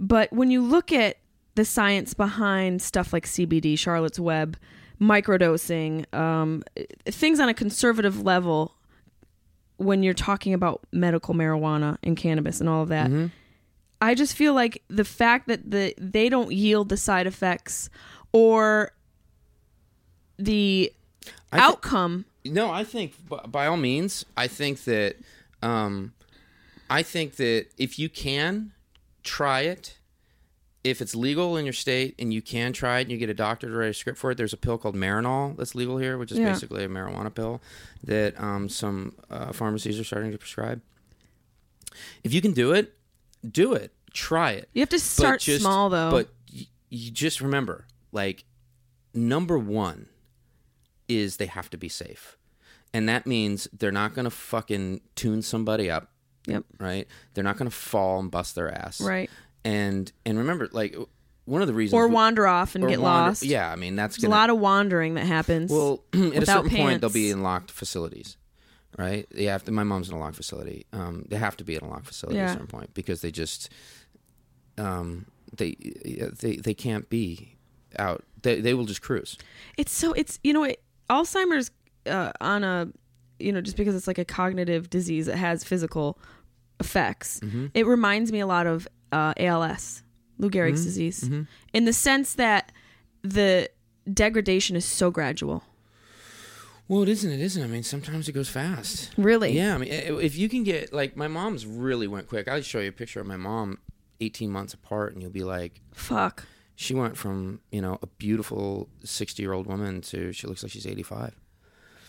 Speaker 1: But when you look at the science behind stuff like CBD, Charlotte's Web, microdosing, um, things on a conservative level, when you're talking about medical marijuana and cannabis and all of that, I just feel like the fact that the they don't yield the side effects or the
Speaker 3: I thi-
Speaker 1: outcome.
Speaker 3: No, I think b- by all means, I think that um, I think that if you can try it, if it's legal in your state and you can try it and you get a doctor to write a script for it, there's a pill called Marinol that's legal here, which is
Speaker 1: Yeah.
Speaker 3: basically a marijuana pill that um, some uh, pharmacies are starting to prescribe. If you can do it, do it. Try it.
Speaker 1: you have to
Speaker 3: But
Speaker 1: start
Speaker 3: just-
Speaker 1: small though.
Speaker 3: But y- you just remember, like, number one is they have to be safe, and that means they're not gonna fucking tune somebody up,
Speaker 1: yep.
Speaker 3: right? They're not gonna fall and bust their ass,
Speaker 1: Right.
Speaker 3: And and remember, like, one of the reasons
Speaker 1: Or
Speaker 3: we-
Speaker 1: wander off and
Speaker 3: or
Speaker 1: get
Speaker 3: wander-
Speaker 1: lost.
Speaker 3: Yeah, I mean that's
Speaker 1: There's a
Speaker 3: gonna
Speaker 1: lot of wandering that happens.
Speaker 3: well, <clears throat> at a
Speaker 1: without
Speaker 3: certain point, they'll
Speaker 1: pants.
Speaker 3: be in locked facilities, right? They have to. My mom's in a locked facility. Um, they have to be in a locked facility at
Speaker 1: Yeah.
Speaker 3: a certain point because they just, um, they they they can't be out. They they will just cruise.
Speaker 1: it's so it's you know it, Alzheimer's uh, on a you know just because it's like a cognitive disease it has physical effects.
Speaker 3: Mm-hmm.
Speaker 1: It reminds me a lot of uh, ALS, Lou Gehrig's
Speaker 3: Mm-hmm.
Speaker 1: disease, in the sense that the degradation is so gradual.
Speaker 3: Well, it isn't. It isn't. I mean, sometimes it goes fast.
Speaker 1: Really?
Speaker 3: Yeah. I mean, i- if you can get like my mom's really went quick. I'll show you a picture of my mom, eighteen months apart, and you'll be like,
Speaker 1: Fuck.
Speaker 3: she went from you know a beautiful sixty year old woman to she looks like she's eighty five.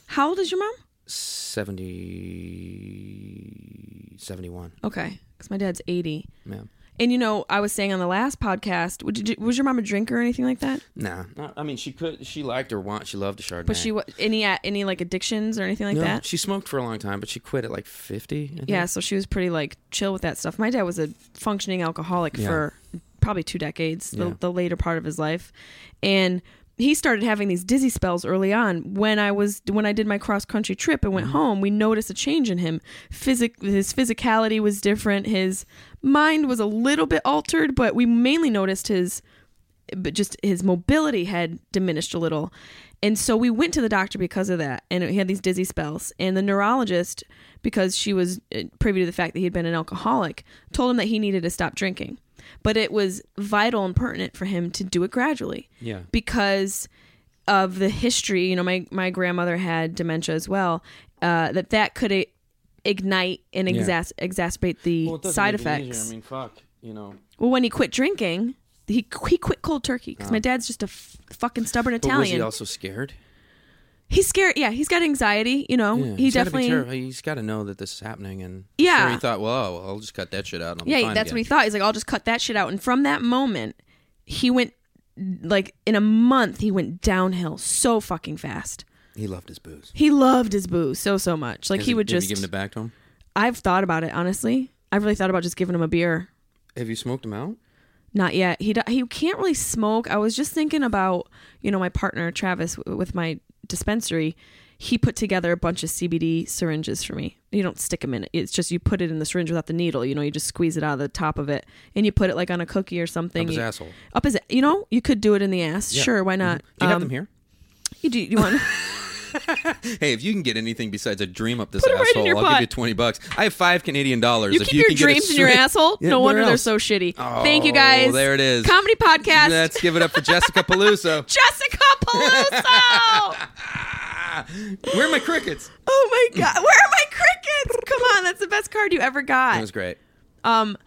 Speaker 1: How old is your mom?
Speaker 3: 70, 71,
Speaker 1: Okay, because my dad's eighty.
Speaker 3: ma'am.
Speaker 1: And you know, I was saying on the last podcast, would you, was your mom a drinker or anything like that?
Speaker 3: Nah, not- I mean she could. She liked her wine. She loved a Chardonnay.
Speaker 1: But she wa any uh, any like addictions or anything like
Speaker 3: no,
Speaker 1: that?
Speaker 3: she smoked for a long time, but she quit at like fifty. I think.
Speaker 1: Yeah, so she was pretty like chill with that stuff. My dad was a functioning alcoholic
Speaker 3: Yeah.
Speaker 1: for probably two decades, the,
Speaker 3: Yeah.
Speaker 1: the later part of his life, and he started having these dizzy spells early on. When I was when I did my cross country trip and went
Speaker 3: Mm-hmm.
Speaker 1: home, we noticed a change in him. Physic his physicality was different. His mind was a little bit altered, but we mainly noticed his but just his mobility had diminished a little. And so we went to the doctor because of that. And he had these dizzy spells. And the neurologist, because she was uh, privy to the fact that he had been an alcoholic, told him that he needed to stop drinking. But it was vital and pertinent for him to do it gradually.
Speaker 3: Yeah.
Speaker 1: Because of the history, you know, my, my grandmother had dementia as well, uh, that that could i- ignite and
Speaker 3: Yeah.
Speaker 1: exas- exacerbate the side effects.
Speaker 3: mean, fuck. You know.
Speaker 1: Well, when he quit drinking, he he quit cold turkey
Speaker 3: Oh.
Speaker 1: because my dad's just a f- fucking stubborn
Speaker 3: But was he
Speaker 1: Italian.
Speaker 3: also scared?
Speaker 1: he's scared. Yeah, he's got anxiety. You know, he
Speaker 3: he's gotta be
Speaker 1: definitely.
Speaker 3: terrified. he's got to know that this is happening, and I'm
Speaker 1: Yeah.
Speaker 3: sure he thought, well, oh, I'll just cut that shit out. And I'll be
Speaker 1: Yeah,
Speaker 3: fine
Speaker 1: that's what he
Speaker 3: again."
Speaker 1: thought. He's like, I'll just cut that shit out. And from that moment, he went like in a month he went downhill so fucking fast.
Speaker 3: he loved his booze.
Speaker 1: He loved his booze so so much. Like
Speaker 3: Has
Speaker 1: he would
Speaker 3: have
Speaker 1: just.
Speaker 3: you given it back to him.
Speaker 1: I've thought about it honestly. I've really thought about just giving him a beer.
Speaker 3: Have you smoked him out?
Speaker 1: Not yet. He do- he can't really smoke. I was just thinking about you know my partner Travis w- with my dispensary. He put together a bunch of CBD syringes for me. You don't stick them in. it. It's just you put it in the syringe without the needle. You know, you just squeeze it out of the top of it, and you put it like on a cookie or something.
Speaker 3: Up his
Speaker 1: You-
Speaker 3: asshole.
Speaker 1: Up his. You know, you could do it in the ass.
Speaker 3: Yeah.
Speaker 1: Sure, why not?
Speaker 3: Mhm. Do you have
Speaker 1: Um,
Speaker 3: them here?
Speaker 1: You do. You
Speaker 3: <laughs>
Speaker 1: want?
Speaker 3: Hey, if you can get anything besides a dream up this
Speaker 1: Put it right in
Speaker 3: asshole,
Speaker 1: your
Speaker 3: I'll
Speaker 1: butt.
Speaker 3: give you twenty bucks. I have five Canadian dollars.
Speaker 1: you
Speaker 3: if
Speaker 1: keep
Speaker 3: you
Speaker 1: your
Speaker 3: can get a
Speaker 1: dreams in your
Speaker 3: straight-
Speaker 1: asshole.
Speaker 3: Yeah,
Speaker 1: no
Speaker 3: where
Speaker 1: wonder they're
Speaker 3: else? Oh,
Speaker 1: so shitty. Thank you guys.
Speaker 3: there it is.
Speaker 1: Comedy podcast.
Speaker 3: Let's give it up for Jessica Peluso.
Speaker 1: <laughs> Jessica
Speaker 3: <laughs>
Speaker 1: Peluso.
Speaker 3: Where are my crickets?
Speaker 1: Oh my
Speaker 3: <laughs>
Speaker 1: god, where are my crickets? Come on, that's the best card you ever
Speaker 3: That
Speaker 1: got.
Speaker 3: was great.
Speaker 1: Um,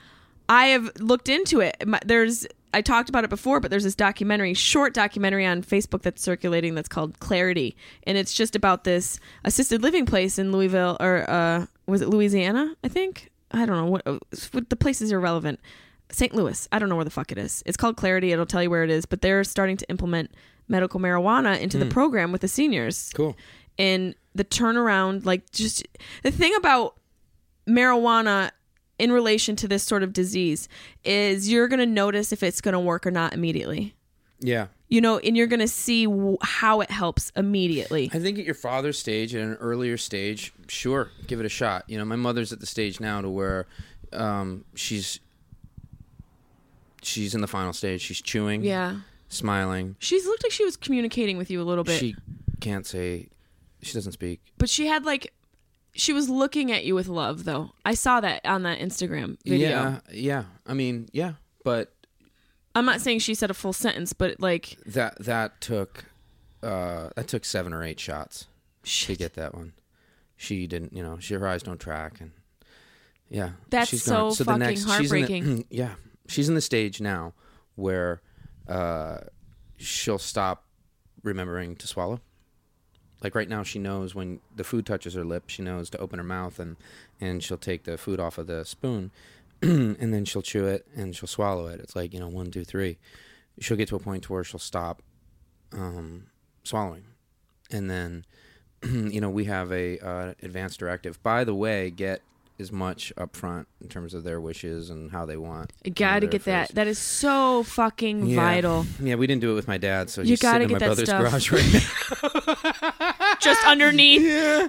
Speaker 1: I have looked into it. My, there's I talked about it before, but there's this documentary, short documentary on Facebook that's circulating that's called Clarity, and it's just about this assisted living place in Louisville or uh, was it Louisiana? I think I don't know what, uh, what the place is irrelevant. St. Louis, I don't know where the fuck it is. It's called Clarity. It'll tell you where it is, but they're starting to implement medical marijuana into the program with the seniors
Speaker 3: Hmm. Cool.
Speaker 1: and the turnaround like just the thing about marijuana in relation to this sort of disease is you're going to notice if it's going to work or not immediately
Speaker 3: Yeah.
Speaker 1: you know and you're going to see w- how it helps immediately
Speaker 3: I think at your father's stage, at an earlier stage, sure, give it a shot. You know, my mother's at the stage now to where um, she's she's in the final stage. She's chewing,
Speaker 1: yeah
Speaker 3: smiling.
Speaker 1: she's looked like she was communicating with you a little bit
Speaker 3: She can't say. She doesn't speak.
Speaker 1: but she had like she was looking at you with love though i saw that on that instagram video
Speaker 3: Yeah, yeah. I mean, yeah, but
Speaker 1: i'm not saying she said a full sentence but like
Speaker 3: that that took uh, that took seven or eight shots to
Speaker 1: shit,
Speaker 3: get that one. She didn't, you know, she her eyes don't track, and yeah,
Speaker 1: That's
Speaker 3: she's
Speaker 1: so
Speaker 3: gone.
Speaker 1: fucking
Speaker 3: she's in the-
Speaker 1: heartbreaking.
Speaker 3: <clears throat> yeah, she's in the stage now where uh, she'll stop remembering to swallow. Like right now, she knows when the food touches her lip, she knows to open her mouth, and and she'll take the food off of the spoon, <clears throat> and then she'll chew it and she'll swallow it. It's like you know one, two, three. She'll get to a point to where she'll stop um, swallowing, and then <clears throat> you know we have a uh, advanced directive. By the way, get as much up front in terms of their wishes and how they want.
Speaker 1: I gotta
Speaker 3: their
Speaker 1: get that
Speaker 3: first-
Speaker 1: that is so fucking
Speaker 3: Yeah.
Speaker 1: vital
Speaker 3: <laughs> Yeah, we didn't do it with my dad, so
Speaker 1: You
Speaker 3: he's
Speaker 1: gotta
Speaker 3: sitting in
Speaker 1: get
Speaker 3: my
Speaker 1: that
Speaker 3: brother's
Speaker 1: stuff.
Speaker 3: garage right
Speaker 1: <laughs>
Speaker 3: now.
Speaker 1: just
Speaker 3: <laughs>
Speaker 1: underneath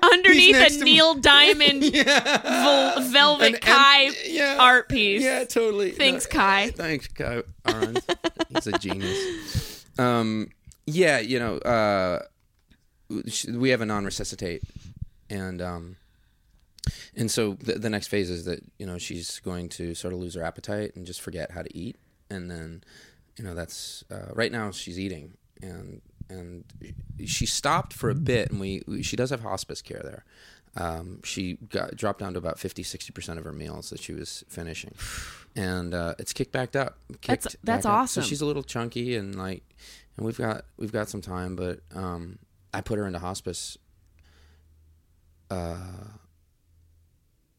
Speaker 1: underneath
Speaker 3: he's next
Speaker 1: a
Speaker 3: to me. <laughs>
Speaker 1: Neil Diamond vel- velvet
Speaker 3: An
Speaker 1: Kai
Speaker 3: em- yeah.
Speaker 1: art piece.
Speaker 3: Yeah, totally.
Speaker 1: Thanks,
Speaker 3: No.
Speaker 1: Kai.
Speaker 3: <laughs> Thanks, Kai.
Speaker 1: <laughs>
Speaker 3: Arons. He's a genius. Um, yeah, you know, uh, sh- we have a non-resuscitate, and um, and so the, the next phase is that you know she's going to sort of lose her appetite and just forget how to eat, and then you know that's uh, right now she's eating and and she stopped for a bit and we, we she does have hospice care there um, she got dropped down to about 50 60% of her meals that she was finishing and uh, it's kicked back up kicked
Speaker 1: That's- that's
Speaker 3: back up.
Speaker 1: awesome.
Speaker 3: so she's a little chunky and like and we've got we've got some time but um, i put her into hospice uh,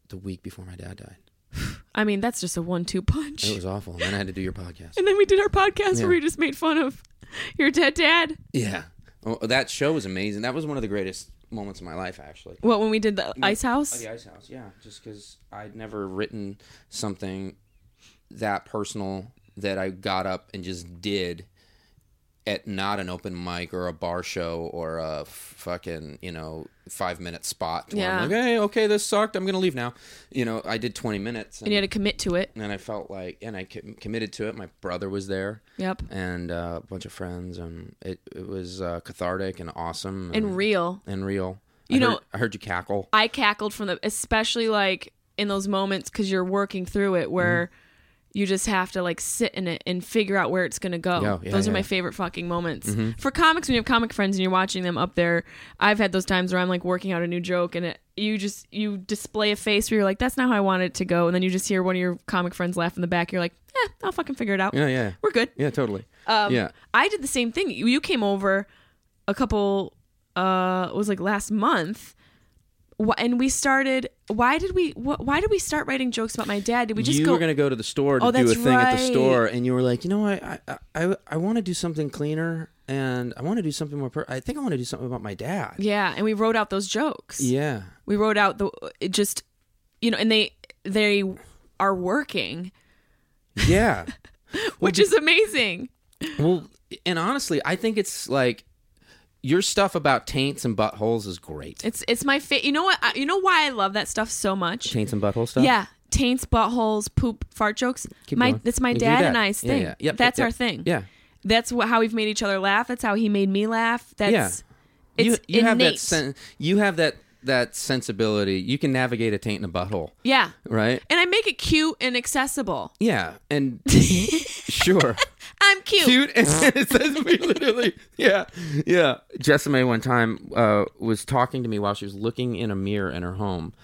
Speaker 3: the week before my dad died
Speaker 1: I mean, that's just a one-two punch.
Speaker 3: it was awful and then i had to do your
Speaker 1: <laughs>
Speaker 3: podcast
Speaker 1: and then we did our podcast
Speaker 3: Yeah.
Speaker 1: where we just made fun of your dead dad.
Speaker 3: Yeah. Oh, that show was amazing. That was one of the greatest moments of my life, actually. Oh,
Speaker 1: What when we did the Ice House?
Speaker 3: The Ice House, yeah. Just because I'd never written something that personal that I got up and just did at not an open mic or a bar show or a fucking, you know, five minute spot. to where I'm
Speaker 1: Yeah.
Speaker 3: like, hey, okay, this sucked. I'm going to leave now. You know, I did 20 minutes.
Speaker 1: And you had to commit to it.
Speaker 3: and I felt like, and I com- committed to it. My brother was there.
Speaker 1: Yep.
Speaker 3: and uh, a bunch of friends, and it, it was uh, cathartic and awesome
Speaker 1: And real.
Speaker 3: and real.
Speaker 1: You
Speaker 3: I
Speaker 1: know-
Speaker 3: heard, I heard you cackle.
Speaker 1: I cackled from the, especially like in those moments because you're working through it where you just have to like sit in it and figure out where it's gonna go.
Speaker 3: Mm-hmm. Yeah, yeah,
Speaker 1: those are
Speaker 3: yeah. Mm-hmm.
Speaker 1: my favorite fucking moments for comics. When you have comic friends and you're watching them up there, I've had those times where I'm like working out a new joke and it, you just you display a face where you're like, that's not how I want it to go, and then you just hear one of your comic friends laugh in the back. You're like, eh, I'll fucking figure it out.
Speaker 3: Yeah, yeah,
Speaker 1: We're good.
Speaker 3: yeah, totally.
Speaker 1: Um,
Speaker 3: yeah,
Speaker 1: I did the same thing. You, you came over a couple, uh, it was like last month. Wh- And we started. Why did we? Wh- why did we start writing jokes about my dad? Did we just
Speaker 3: you
Speaker 1: go?
Speaker 3: were gonna go to the store to
Speaker 1: Oh,
Speaker 3: do a
Speaker 1: that's
Speaker 3: thing at the
Speaker 1: right.
Speaker 3: store, and you were like, you know, I I I, I want to do something cleaner, and I want to do something more. Per- I think I want to do something about my dad.
Speaker 1: yeah, and we wrote out those jokes.
Speaker 3: Yeah,
Speaker 1: We wrote out the it just, you know, and they they are working, <laughs>
Speaker 3: yeah.
Speaker 1: which is amazing.
Speaker 3: well, and honestly, I think it's like your stuff about taints and buttholes is great.
Speaker 1: It's it's my fa You know what? I, you know why I love that stuff so much.
Speaker 3: taints and butthole stuff.
Speaker 1: Yeah, taints, buttholes, poop, fart jokes.
Speaker 3: Keep
Speaker 1: my
Speaker 3: going.
Speaker 1: that's my
Speaker 3: You do
Speaker 1: dad
Speaker 3: that.
Speaker 1: and I's
Speaker 3: Yeah,
Speaker 1: thing.
Speaker 3: yeah. Yep,
Speaker 1: that's
Speaker 3: yep,
Speaker 1: our
Speaker 3: yep.
Speaker 1: thing.
Speaker 3: Yeah.
Speaker 1: That's wh- how we've made each other laugh. That's how he made me laugh. That's
Speaker 3: you,
Speaker 1: it's
Speaker 3: you have that
Speaker 1: innate.
Speaker 3: sen- you have that that sensibility. You can navigate a taint in a butthole,
Speaker 1: yeah.
Speaker 3: right?
Speaker 1: And I make it cute and accessible.
Speaker 3: Yeah,
Speaker 1: <laughs>
Speaker 3: and sure,
Speaker 1: I'm cute.
Speaker 3: cute. <laughs> And it says we literally, yeah, yeah. Jessamay one time uh, was talking to me while she was looking in a mirror in her home,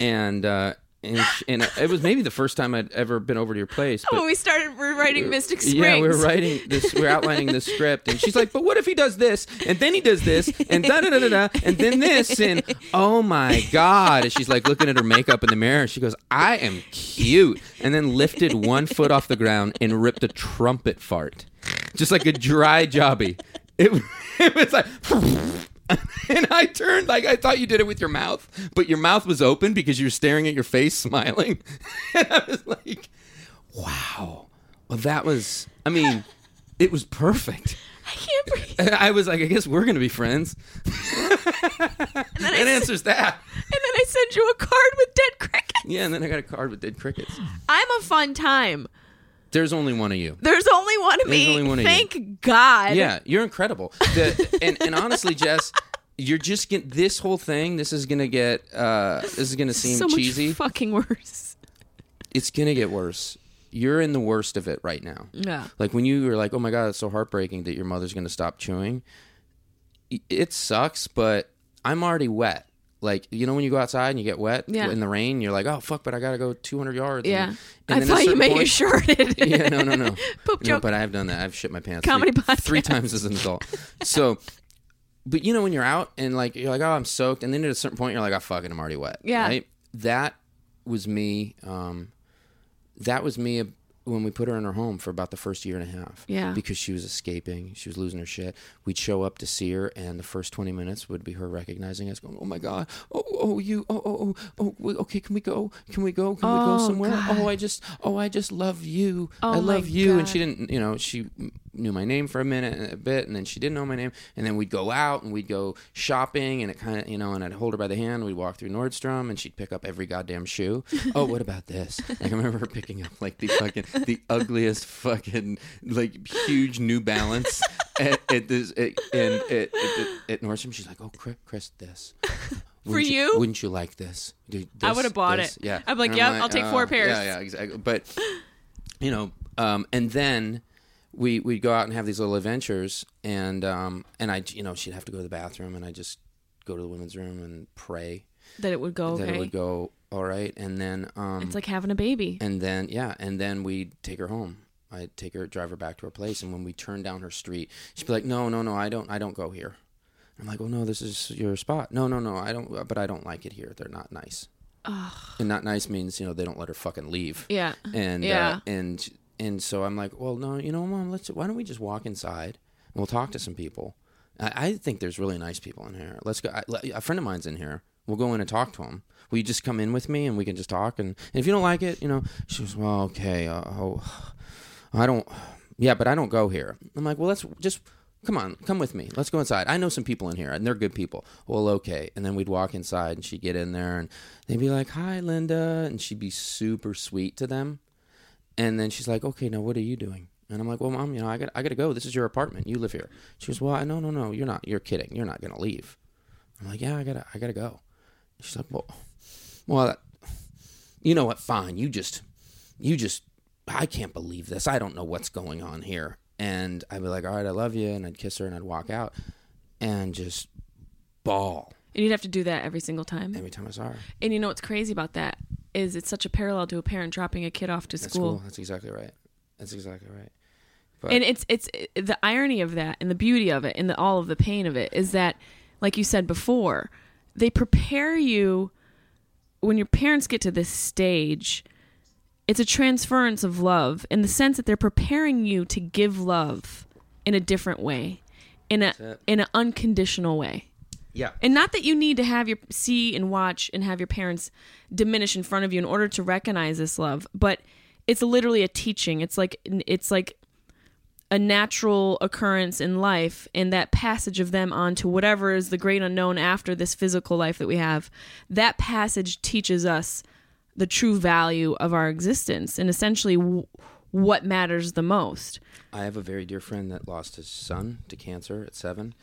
Speaker 3: and uh, and, sh and it was maybe the first time I'd ever been over to your place. But
Speaker 1: when we started we're writing Mystic Springs.
Speaker 3: Yeah, we were writing this. We are outlining this script, and she's like, "But what if he does this, and then he does this, and da da da da da, and then this, and oh my god!" And she's like looking at her makeup in the mirror. She goes, "I am cute," and then lifted one foot off the ground and ripped a trumpet fart, just like a dry jobby. It, it was like. <laughs> And I turned like I thought you did it with your mouth, but your mouth was open because you were staring at your face, smiling. <laughs> And I was like, "Wow, well, that was, I mean, it was perfect. <laughs>
Speaker 1: I can't breathe.
Speaker 3: And I was like, I guess we're going to be friends. and
Speaker 1: I
Speaker 3: it
Speaker 1: said-
Speaker 3: answers that.
Speaker 1: And then I send you a card with dead crickets.
Speaker 3: Yeah, and then I got a card with dead crickets.
Speaker 1: I'm a fun time.
Speaker 3: There's only one of you.
Speaker 1: There's only one of
Speaker 3: There's
Speaker 1: me.
Speaker 3: only one of you.
Speaker 1: Thank God.
Speaker 3: Yeah, you're incredible. The, and, and honestly, Jess, you're just going to, this whole thing, this is going to get, uh, this is going to seem
Speaker 1: so
Speaker 3: cheesy.
Speaker 1: much fucking worse.
Speaker 3: it's going to get worse. You're in the worst of it right now.
Speaker 1: Yeah.
Speaker 3: Like when you were like, "Oh my god, it's so heartbreaking that your mother's going to stop chewing." i- It sucks, but I'm already wet. Like you know when you go outside and you get wet
Speaker 1: Yeah.
Speaker 3: in the rain, you're like, "Oh fuck," but I got to go 200 yards.
Speaker 1: Yeah. I
Speaker 3: And, then at a
Speaker 1: thought you
Speaker 3: certain
Speaker 1: made
Speaker 3: point-
Speaker 1: it shirted.
Speaker 3: <laughs> Yeah, no, no, no.
Speaker 1: <laughs> Poop
Speaker 3: no,
Speaker 1: joke.
Speaker 3: but I have done that. I've shit my pants
Speaker 1: Comedy
Speaker 3: three,
Speaker 1: podcast.
Speaker 3: three times as an adult. So, but you know when you're out and like you're like, "Oh, I'm soaked," and then at a certain point you're like, "Oh fucking, I'm already wet."
Speaker 1: Yeah.
Speaker 3: Right? That was me. Um, that was me when we put her in her home for about the first year and a half.
Speaker 1: Yeah.
Speaker 3: Because she was escaping, she was losing her shit. We'd show up to see her, and the first twenty minutes would be her recognizing us, going, "Oh my god, oh oh you, oh oh oh oh, w- okay, can we go? Can we go? Can we go
Speaker 1: Oh,
Speaker 3: somewhere?
Speaker 1: God.
Speaker 3: Oh, I just, oh I just love you.
Speaker 1: Oh,
Speaker 3: I
Speaker 1: my
Speaker 3: love you." And she
Speaker 1: God.
Speaker 3: didn't, you know, she m- knew my name for a minute and a bit, and then she didn't know my name. And then we'd go out and we'd go shopping, and it kind of, you know, and I'd hold her by the hand. We'd walk through Nordstrom, and she'd pick up every
Speaker 1: <laughs>
Speaker 3: goddamn shoe. oh, what about this? Like, I remember her picking up like the fucking the ugliest fucking like huge New
Speaker 1: <laughs>
Speaker 3: Balance at, at this at, and at, at, at Nordstrom. She's like, "Oh, Chris, Chris
Speaker 1: <laughs>
Speaker 3: this." Wouldn't
Speaker 1: you?
Speaker 3: Wouldn't you like this? Dude,
Speaker 1: I
Speaker 3: this,
Speaker 1: would've bought
Speaker 3: this.
Speaker 1: it.
Speaker 3: Yeah.
Speaker 1: I'm like,
Speaker 3: And
Speaker 1: "Yep, I'll take four
Speaker 3: "Oh,
Speaker 1: pairs."
Speaker 3: Yeah, yeah, exactly. But you know, um, and then we we'd go out and have these little adventures, and um, and I, you know, she'd have to go to the bathroom, and I just go to the women's room and pray
Speaker 1: That it would go okay.
Speaker 3: that it would go all right, and then um,
Speaker 1: It's like having a baby.
Speaker 3: and then yeah, and then we'd take her home. I'd take her, drive her back to her place, and when we turned down her street, she'd be like, "No, no, no, I don't, I don't go here." I'm like, "Well, no, this is your spot." No, no, no, I don't, but I don't like it here. They're not nice. And not nice means you know they don't let her fucking leave
Speaker 1: Yeah.
Speaker 3: and
Speaker 1: Yeah.
Speaker 3: uh, and and so I'm like, well, no, you know, mom, let's why don't we just walk inside and we'll talk to some people. I, I think there's really nice people in here. Let's go. I, le- a friend of mine's in here. We'll go in and talk to him. Will you just come in with me and we can just talk? And, and if you don't like it, you know, she was well, okay. Uh, oh, I don't. Yeah, but I don't go here. I'm like, well, let's just come on, come with me. Let's go inside. I know some people in here, and they're good people. Well, okay. And then we'd walk inside, and she'd get in there, and they'd be like, "Hi, Linda," and she'd be super sweet to them. And then she's like, "Okay, now what are you doing?" And I'm like, "Well, mom, you know, I got I got to go. This is your apartment. You live here." She goes, "Well, I- no, no, no. You're not. You're kidding. You're not gonna leave." I'm like, "Yeah, I gotta I gotta go." She's like, "Well, well, that, you know what? Fine. You just you just I can't believe this. I don't know what's going on here." And I'd be like, "All right, I love you," and I'd kiss her and I'd walk out and just ball
Speaker 1: And you'd have to do that every single time.
Speaker 3: every time I saw her.
Speaker 1: And you know what's crazy about that is it's such a parallel to a parent dropping a kid off to
Speaker 3: That's
Speaker 1: school.
Speaker 3: cool. That's exactly right. That's exactly right.
Speaker 1: and it's it's it, the irony of that and the beauty of it and the, all of the pain of it is that like you said before they prepare you when your parents get to this stage it's a transference of love in the sense that they're preparing you to give love in a different way in a
Speaker 3: it.
Speaker 1: in an unconditional way
Speaker 3: Yeah.
Speaker 1: and not that you need to have your see and watch and have your parents diminish in front of you in order to recognize this love, but it's literally a teaching. It's like it's like a natural occurrence in life and that passage of them on to whatever is the great unknown after this physical life that we have. That passage teaches us the true value of our existence and essentially w- what matters the most.
Speaker 3: I have a very dear friend that lost his son to cancer at seven.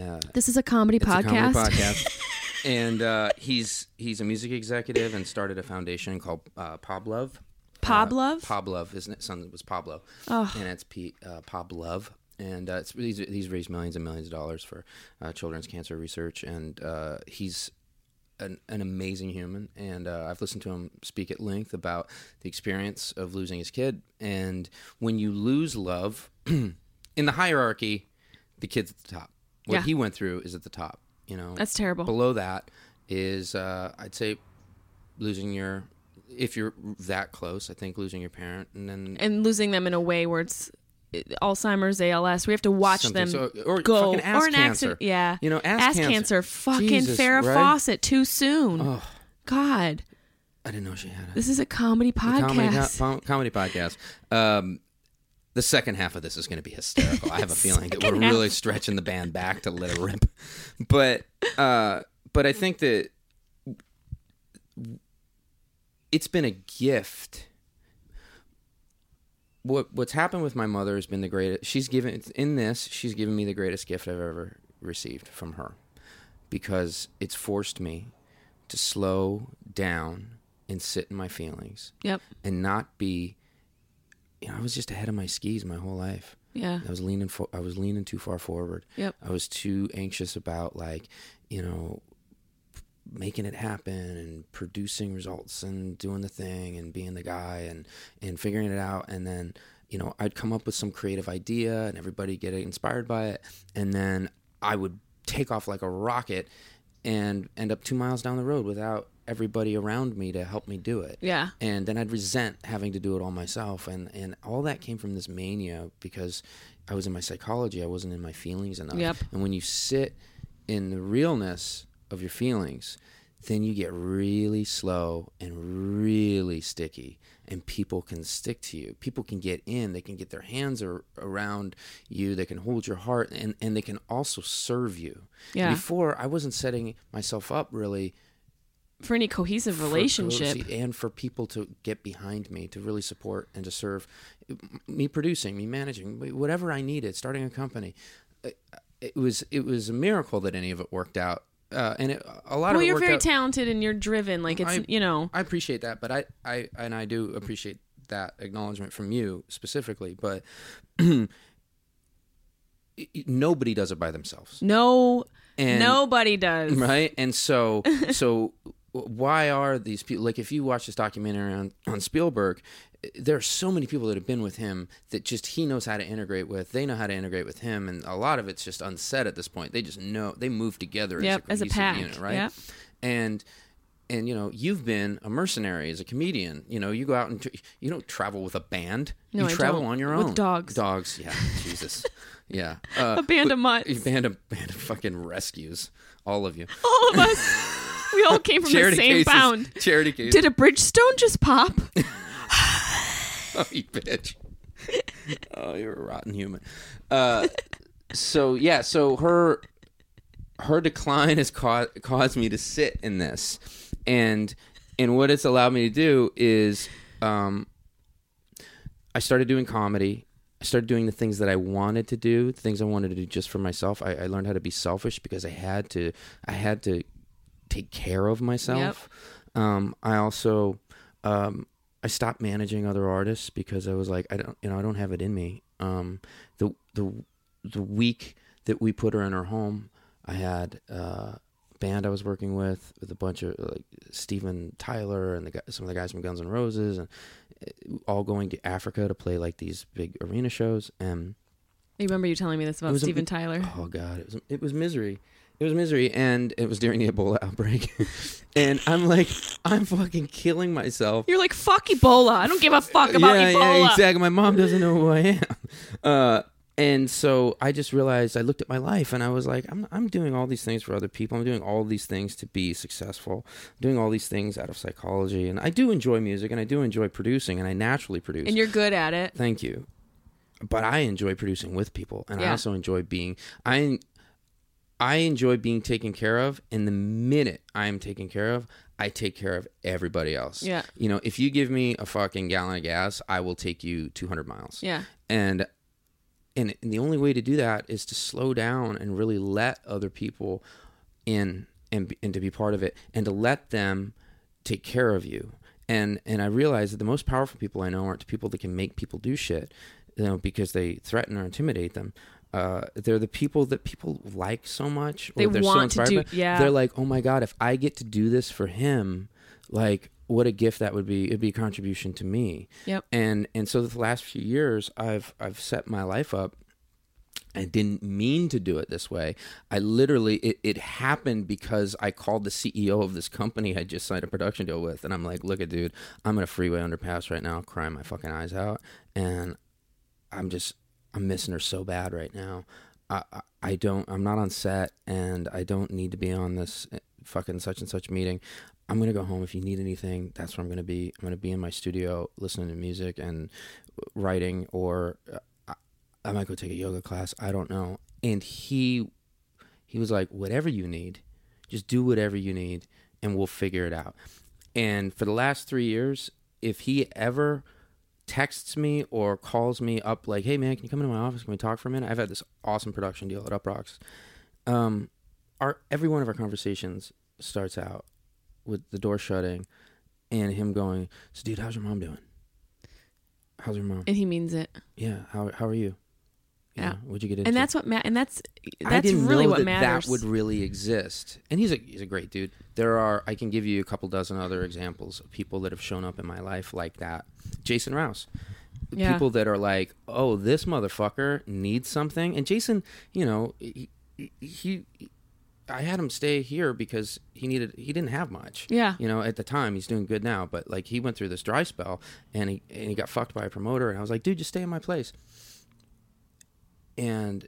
Speaker 3: Uh,
Speaker 1: This is a comedy
Speaker 3: it's a comedy
Speaker 1: podcast. <laughs>
Speaker 3: podcast. and uh, he's he's a music executive and started a foundation called uh, Poblove.
Speaker 1: Poblove?
Speaker 3: Uh, Poblove, isn't it? Son was Pablo, and it's P, uh, Poblove. And uh, it's, he's, he's raised millions and millions of dollars for uh, children's cancer research, and uh, he's an, an amazing human, and uh, I've listened to him speak at length about the experience of losing his kid. And when you lose love, <clears throat> in the hierarchy, the kid's at the top. What
Speaker 1: Yeah.
Speaker 3: he went through is at the top. You know,
Speaker 1: That's terrible.
Speaker 3: Below that is, uh, I'd say, losing your. If you're that close, I think losing your parent, and then
Speaker 1: and losing them in a way where it's uh, Alzheimer's, ALS. We have to watch
Speaker 3: Something.
Speaker 1: them
Speaker 3: So- or
Speaker 1: go
Speaker 3: fucking ass
Speaker 1: or an
Speaker 3: cancer.
Speaker 1: accident. Yeah,
Speaker 3: You know, ass cancer.
Speaker 1: Fucking
Speaker 3: Jesus,
Speaker 1: Farrah
Speaker 3: right?
Speaker 1: Fawcett too soon. God,
Speaker 3: I didn't know she had a
Speaker 1: this is a comedy podcast.
Speaker 3: comedy com- comedy podcast. Um, the second half of this is going to be hysterical.
Speaker 1: <laughs>
Speaker 3: I have a feeling that we're
Speaker 1: Second
Speaker 3: really stretching the band back to let it rip. But uh, but I think that it's been a gift. What what's happened with my mother has been the greatest. She's given in this. She's given me the greatest gift I've ever received from her, because it's forced me to slow down and sit in my feelings
Speaker 1: Yep.
Speaker 3: and not be. You know, I was just ahead of my skis my whole life.
Speaker 1: Yeah.
Speaker 3: I was leaning for, I was leaning too far forward.
Speaker 1: Yep.
Speaker 3: I was too anxious about like, you know, making it happen and producing results and doing the thing and being the guy and and figuring it out and then, you know, I'd come up with some creative idea and everybody get inspired by it and then I would take off like a rocket and end up 2 miles down the road without everybody around me to help me do it
Speaker 1: Yeah.
Speaker 3: and then I'd resent having to do it all myself, and and all that came from this mania because I was in my psychology, I wasn't in my feelings enough.
Speaker 1: Yep.
Speaker 3: And when you sit in the realness of your feelings, then you get really slow and really sticky, and people can stick to you. People can get in, they can get their hands ar- around you, they can hold your heart, and and they can also serve you.
Speaker 1: Yeah.
Speaker 3: Before I wasn't setting myself up really
Speaker 1: For any cohesive
Speaker 3: for
Speaker 1: relationship.
Speaker 3: cozy and for people to get behind me to really support and to serve me producing me managing whatever i needed starting a company it, it was it was a miracle that any of it worked out uh, and it, a lot
Speaker 1: Well,
Speaker 3: of it
Speaker 1: you're
Speaker 3: worked
Speaker 1: very
Speaker 3: out-
Speaker 1: talented and you're driven. Like it's
Speaker 3: I-
Speaker 1: you know.
Speaker 3: I appreciate that, but I, I and I do appreciate that acknowledgement from you specifically, but <clears throat> it- it- nobody does it by themselves,
Speaker 1: No,
Speaker 3: And-
Speaker 1: nobody does.
Speaker 3: right? And so, so why are these people like? If you watch this documentary on on Spielberg, there are so many people that have been with him that just he knows how to integrate with. They know how to integrate with him, and a lot of it's just unsaid at this point. They just know they move together
Speaker 1: Yep, as
Speaker 3: as a
Speaker 1: a
Speaker 3: cohesive
Speaker 1: pack,
Speaker 3: unit, right?
Speaker 1: yep.
Speaker 3: and and you know you've been a mercenary as a comedian you know you go out and tr you don't travel with a band
Speaker 1: No,
Speaker 3: you
Speaker 1: I
Speaker 3: travel
Speaker 1: don't.
Speaker 3: on your
Speaker 1: With
Speaker 3: own
Speaker 1: dogs.
Speaker 3: dogs yeah jesus <laughs> yeah uh,
Speaker 1: A band of
Speaker 3: a
Speaker 1: mutts.
Speaker 3: band of band of fucking rescues all of you
Speaker 1: <laughs> All of us. We all came from the
Speaker 3: charity
Speaker 1: same
Speaker 3: cases <laughs>
Speaker 1: pound.
Speaker 3: charity cases
Speaker 1: Did a Bridgestone just
Speaker 3: <laughs>
Speaker 1: pop?
Speaker 3: oh
Speaker 1: <laughs>
Speaker 3: you bitch oh you're a rotten human uh so yeah so her her decline has caused caused me to sit in this and and what it's allowed me to do is um I started doing comedy. I started doing the things that I wanted to do, the things I wanted to do just for myself. I, I learned how to be selfish because I had to. I had to take care of myself. Um, I also um, I stopped managing other artists because I was like, I don't, you know, I don't have it in me. Um, the the the week that we put her in her home, I had. Uh, band I was working with with a bunch of like Steven Tyler and the guy, some of the guys from Guns N' Roses and all going to Africa to play like these big arena shows, and
Speaker 1: I remember you telling me this
Speaker 3: It
Speaker 1: about
Speaker 3: was a-
Speaker 1: Steven Tyler.
Speaker 3: oh god, it was it was misery. It was misery, and it was during the Ebola outbreak, <laughs> and I'm like, I'm fucking killing myself.
Speaker 1: You're like, fuck Ebola. I don't give a fuck about
Speaker 3: yeah,
Speaker 1: Ebola.
Speaker 3: Yeah, exactly. My mom doesn't know who I am. Uh, and so I just realized I looked at my life and I was like, I'm, I'm doing all these things for other people. I'm doing all these things to be successful. I'm doing all these things out of psychology. And I do enjoy music and I do enjoy producing and I naturally produce.
Speaker 1: And you're good at it.
Speaker 3: Thank you. But I enjoy producing with people, and I
Speaker 1: Yeah.
Speaker 3: also enjoy being I. I enjoy being taken care of, and the minute I am taken care of, I take care of everybody else.
Speaker 1: Yeah.
Speaker 3: You know, if you give me a fucking gallon of gas, I will take you 200 miles.
Speaker 1: Yeah.
Speaker 3: And and and the only way to do that is to slow down and really let other people in and and to be part of it and to let them take care of you and and I realize that the most powerful people I know aren't the people that can make people do shit you know because they threaten or intimidate them uh, they're the people that people like so much. Or
Speaker 1: They
Speaker 3: they're
Speaker 1: want
Speaker 3: so
Speaker 1: to
Speaker 3: inspired
Speaker 1: do-
Speaker 3: by.
Speaker 1: yeah.
Speaker 3: They're like, oh my god, if I get to do this for him, like what a gift that would be. It'd be a contribution to me.
Speaker 1: Yep.
Speaker 3: And and so the last few years, I've I've set my life up I didn't mean to do it this way. I literally, it, it happened because I called the CEO of this company I just signed a production deal with. And I'm like, look at dude, I'm in a freeway underpass right now, crying my fucking eyes out. And I'm just, I'm missing her so bad right now. I, I, I don't, I'm not on set and I don't need to be on this eh, fucking such and such meeting. I'm going to go home. If you need anything, that's where I'm going to be. I'm going to be in my studio listening to music and writing or uh, I might go take a yoga class. I don't know. And he he was like, whatever you need, just do whatever you need, and we'll figure it out. And for the last three years, if he ever texts me or calls me up, like, hey man, can you come into my office? Can we talk for a minute? I've had this awesome production deal at Up Rocks. Um, our every one of our conversations starts out with the door shutting and him going, so dude, how's your mom doing? How's your mom?
Speaker 1: and he means it.
Speaker 3: yeah how, how are you You
Speaker 1: Yeah.
Speaker 3: know, what'd you get into
Speaker 1: And that's what ma- and that's that's
Speaker 3: I didn't
Speaker 1: really
Speaker 3: know
Speaker 1: what
Speaker 3: that
Speaker 1: matters.
Speaker 3: that would really exist and he's a he's a great dude there are i can give you a couple dozen other examples of people that have shown up in my life like that jason rouse
Speaker 1: Yeah.
Speaker 3: people that are like oh this motherfucker needs something and jason you know he, he i had him stay here because he needed he didn't have much
Speaker 1: Yeah.
Speaker 3: you know at the time he's doing good now but like he went through this dry spell and he and he got fucked by a promoter and i was like dude just stay in my place and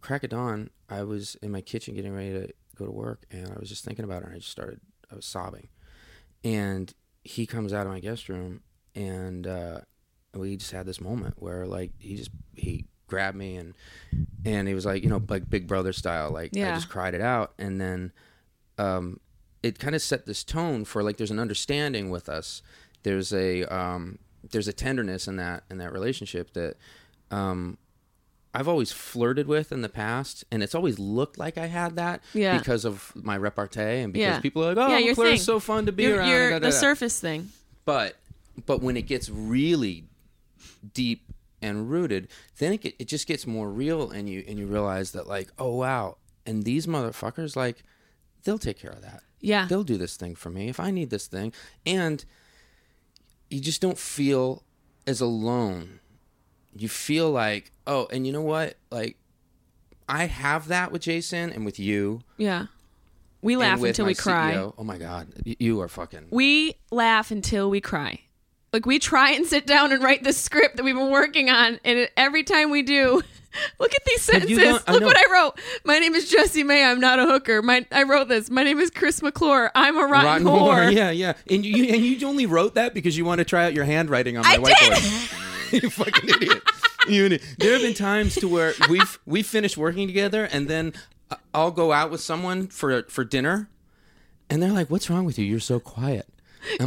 Speaker 3: crack of dawn, I was in my kitchen getting ready to go to work, and I was just thinking about her, and I just started, I was sobbing. And he comes out of my guest room, and uh, we just had this moment where, like, he just he grabbed me, and and he was like, you know, like Big Brother style, like I
Speaker 1: Yeah.
Speaker 3: just cried it out, and then um, it kind of set this tone for like there's an understanding with us. There's a um, there's a tenderness in that in that relationship that um, I've always flirted with in the past, and it's always looked like I had that
Speaker 1: Yeah.
Speaker 3: because of my repartee and because
Speaker 1: Yeah.
Speaker 3: people are like, "Oh,
Speaker 1: Yeah,
Speaker 3: yeah,
Speaker 1: your
Speaker 3: flirt's
Speaker 1: thing.
Speaker 3: so fun to be
Speaker 1: You're-
Speaker 3: around."
Speaker 1: you're
Speaker 3: da, da,
Speaker 1: the
Speaker 3: da.
Speaker 1: surface thing.
Speaker 3: but but when it gets really deep and rooted, then it get, it just gets more real, and you and you realize that like, oh wow, and these motherfuckers like they'll take care of that.
Speaker 1: Yeah.
Speaker 3: They'll do this thing for me if I need this thing. And you just don't feel as alone. You feel like, oh, and you know what? Like, I have that with Jason and with you.
Speaker 1: Yeah. We
Speaker 3: and
Speaker 1: laugh
Speaker 3: with
Speaker 1: until
Speaker 3: my
Speaker 1: we cry.
Speaker 3: CEO. Oh my God. Y- You are fucking.
Speaker 1: We laugh until we cry. Like we try and sit down and write this script that we've been working on, and it- every time we do, <laughs> look at these
Speaker 3: you
Speaker 1: sentences.
Speaker 3: gone- I
Speaker 1: look
Speaker 3: know.
Speaker 1: what I wrote. My name is Jesse May. I'm not a hooker. My I wrote this. My name is Chris McClure. I'm a rotten,
Speaker 3: Rotten
Speaker 1: whore.
Speaker 3: whore. <laughs> Yeah, yeah. And you, and you only wrote that because you want to try out your handwriting on my
Speaker 1: I
Speaker 3: whiteboard. <laughs> you fucking idiot. You idiot. There have been times to where we've we finished working together, and then I- I'll go out with someone for for dinner, and they're like, "What's wrong with you? You're so quiet." I'm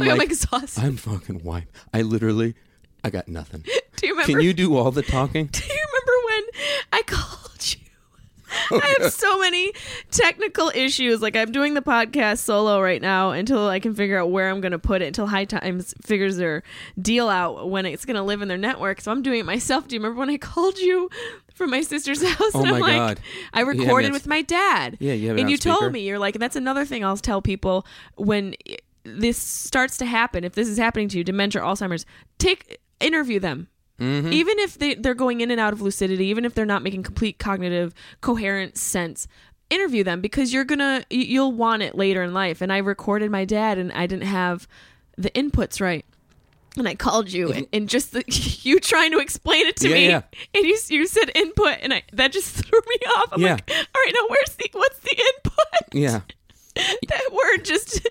Speaker 1: <laughs> Like, I'm exhausted.
Speaker 3: I'm fucking wiped. I literally, I
Speaker 1: <laughs>
Speaker 3: got nothing.
Speaker 1: Do you remember?
Speaker 3: Can you do all
Speaker 1: <laughs>
Speaker 3: the talking?
Speaker 1: Do you remember when I <laughs> called you? I
Speaker 3: <laughs>
Speaker 1: have so many technical issues. Like I'm doing the podcast solo right now until I can figure out where I'm going to put it. Until High Times figures their deal out when it's going to live in their network. So I'm doing it myself. Do you remember when I <laughs> called you from my sister's <laughs> house?
Speaker 3: Oh
Speaker 1: and I'm
Speaker 3: my
Speaker 1: like,
Speaker 3: God.
Speaker 1: I
Speaker 3: have it
Speaker 1: recorded
Speaker 3: on
Speaker 1: with
Speaker 3: sp-
Speaker 1: my dad.
Speaker 3: Yeah, you have it
Speaker 1: And
Speaker 3: on
Speaker 1: you
Speaker 3: speaker.
Speaker 1: told me you're like, and that's another thing I'll tell people when i- this starts to happen. If this is happening to you, dementia, Alzheimer's, take interview them
Speaker 3: Mm-hmm.
Speaker 1: even if they, they're going in and out of lucidity even if they're not making complete cognitive coherent sense interview them because you're gonna y- you'll want it later in life and i recorded my dad and i didn't have the inputs right and i called you and, and just the, <laughs> you trying to explain it to
Speaker 3: Mm-hmm. Yeah,
Speaker 1: me
Speaker 3: yeah.
Speaker 1: and you, s- you said input and I, that just <laughs> threw me off i'm
Speaker 3: Yeah.
Speaker 1: like all right now where's the what's the input
Speaker 3: Yeah.
Speaker 1: <laughs> that word just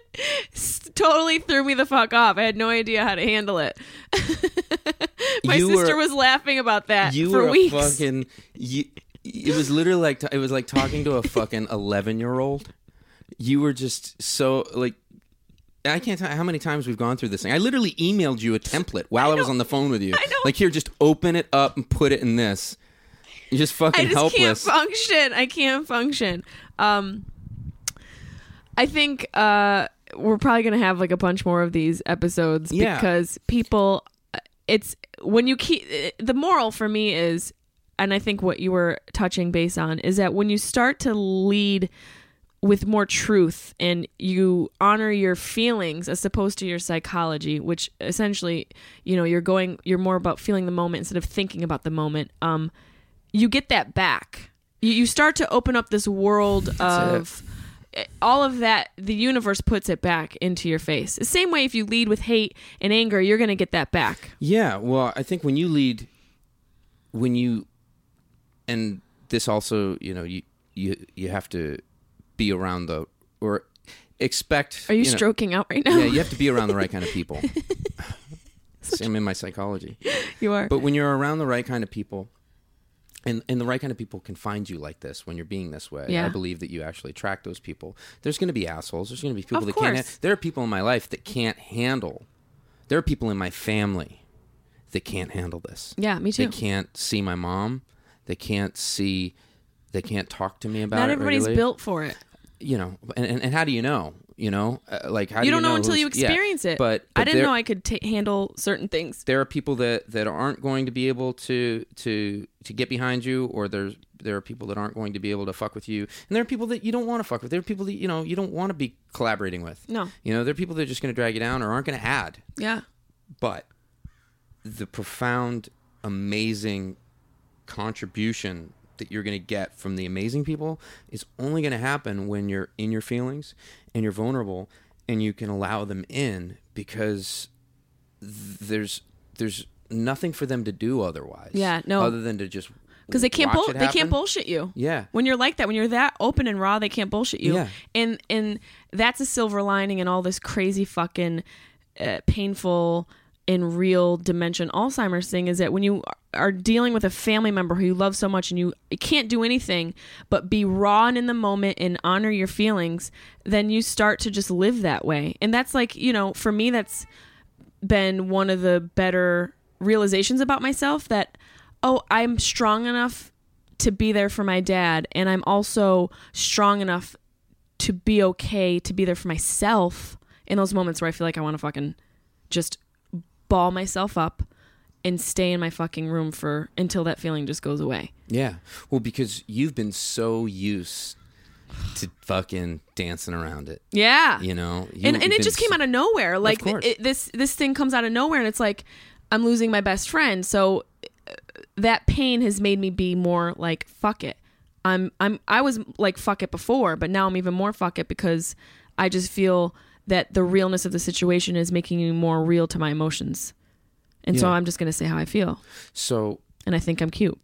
Speaker 1: s- totally threw me the fuck off. I had no idea how to handle it. <laughs> My
Speaker 3: You
Speaker 1: sister
Speaker 3: were-
Speaker 1: was laughing about that
Speaker 3: You
Speaker 1: for
Speaker 3: were
Speaker 1: weeks.
Speaker 3: a fucking. You, it was literally like it was like talking to
Speaker 1: <laughs>
Speaker 3: a fucking eleven year old. You were just so like. I can't tell how many times we've gone through this thing. I literally emailed you a template while I, was on the phone with you.
Speaker 1: know.
Speaker 3: Like here, just open it up and put it in this. You're just
Speaker 1: I
Speaker 3: fucking
Speaker 1: just can't
Speaker 3: helpless.
Speaker 1: function. I can't function. Um, I think uh, we're probably gonna have like a bunch more of these episodes uh,
Speaker 3: Yeah.
Speaker 1: because people. It's when you keep the moral for me is and I think what you were touching base on is that when you start to lead with more truth and you honor your feelings as opposed to your psychology, which essentially, you know, you're going, you're more about feeling the moment instead of thinking about the moment. Um, you get that back. You, you start to open up this world of eh, all of that the universe puts it back into your face the same way if you lead with hate and anger you're going to get that back
Speaker 3: Yeah, well, I think when you lead, when you, and this also, you know, you you you have to be around the or expect.
Speaker 1: are you,
Speaker 3: know-
Speaker 1: stroking out right now
Speaker 3: yeah, you have to be around the right kind of people. Same in my psychology,
Speaker 1: <laughs> you are
Speaker 3: but when you're around the right kind of people, and and the right kind of people can find you like this when you're being this way.
Speaker 1: Yeah.
Speaker 3: I believe that you actually attract those people. There's going to be assholes. There's going to be people
Speaker 1: Of
Speaker 3: that can't.
Speaker 1: course.
Speaker 3: ha- There are people in my life that can't handle. There are people in my family that can't handle this.
Speaker 1: yeah me too
Speaker 3: They can't see my mom. They can't see. They can't talk to me about
Speaker 1: not
Speaker 3: it.
Speaker 1: everybody's
Speaker 3: regularly.
Speaker 1: built for it
Speaker 3: You know, and, and, and how do you know? You know, uh, like how
Speaker 1: you
Speaker 3: do
Speaker 1: don't
Speaker 3: you
Speaker 1: know,
Speaker 3: know
Speaker 1: until
Speaker 3: who's-
Speaker 1: you
Speaker 3: yeah,
Speaker 1: experience it
Speaker 3: But,
Speaker 1: i
Speaker 3: but
Speaker 1: didn't
Speaker 3: there-
Speaker 1: know i could ta handle certain things
Speaker 3: There are people that, that aren't going to be able to to to get behind you, or there's there are people that aren't going to be able to fuck with you, and there are people that you don't want to fuck with. There are people that you know you don't want to be collaborating with.
Speaker 1: No.
Speaker 3: you know there are people that are just going to drag you down or aren't going to add.
Speaker 1: yeah
Speaker 3: but the profound, amazing contribution that you're going to get from the amazing people is only going to happen when you're in your feelings and you're vulnerable and you can allow them in because th- there's there's nothing for them to do otherwise.
Speaker 1: Yeah, no.
Speaker 3: Other than to just
Speaker 1: because they can't
Speaker 3: watch
Speaker 1: bull-
Speaker 3: it
Speaker 1: they can't
Speaker 3: happen.
Speaker 1: bullshit you
Speaker 3: Yeah.
Speaker 1: when you're like that when you're that open and raw they can't bullshit you
Speaker 3: Yeah.
Speaker 1: and and that's a silver lining in all this crazy fucking uh, painful and real dimension alzheimer's thing is that when you are dealing with a family member who you love so much and you can't do anything but be raw and in the moment and honor your feelings then you start to just live that way and that's like you know for me that's been one of the better realizations about myself that oh i'm strong enough to be there for my dad and i'm also strong enough to be okay to be there for myself in those moments where i feel like i want to fucking just ball myself up and stay in my fucking room for until that feeling just goes away
Speaker 3: Yeah. Well, because you've been so used to fucking dancing around it.
Speaker 1: yeah
Speaker 3: You know, You-
Speaker 1: and,
Speaker 3: you've
Speaker 1: and it
Speaker 3: been
Speaker 1: just came
Speaker 3: so-
Speaker 1: out of nowhere like
Speaker 3: course.
Speaker 1: it, this this thing comes out of nowhere and it's like i'm losing my best friend so uh, that pain has made me be more like fuck it i'm i'm i was like fuck it before but now i'm even more fuck it because i just feel that the realness of the situation is making me more real to my emotions and so
Speaker 3: Yeah.
Speaker 1: i'm just going to say how i feel
Speaker 3: so
Speaker 1: and i think i'm cute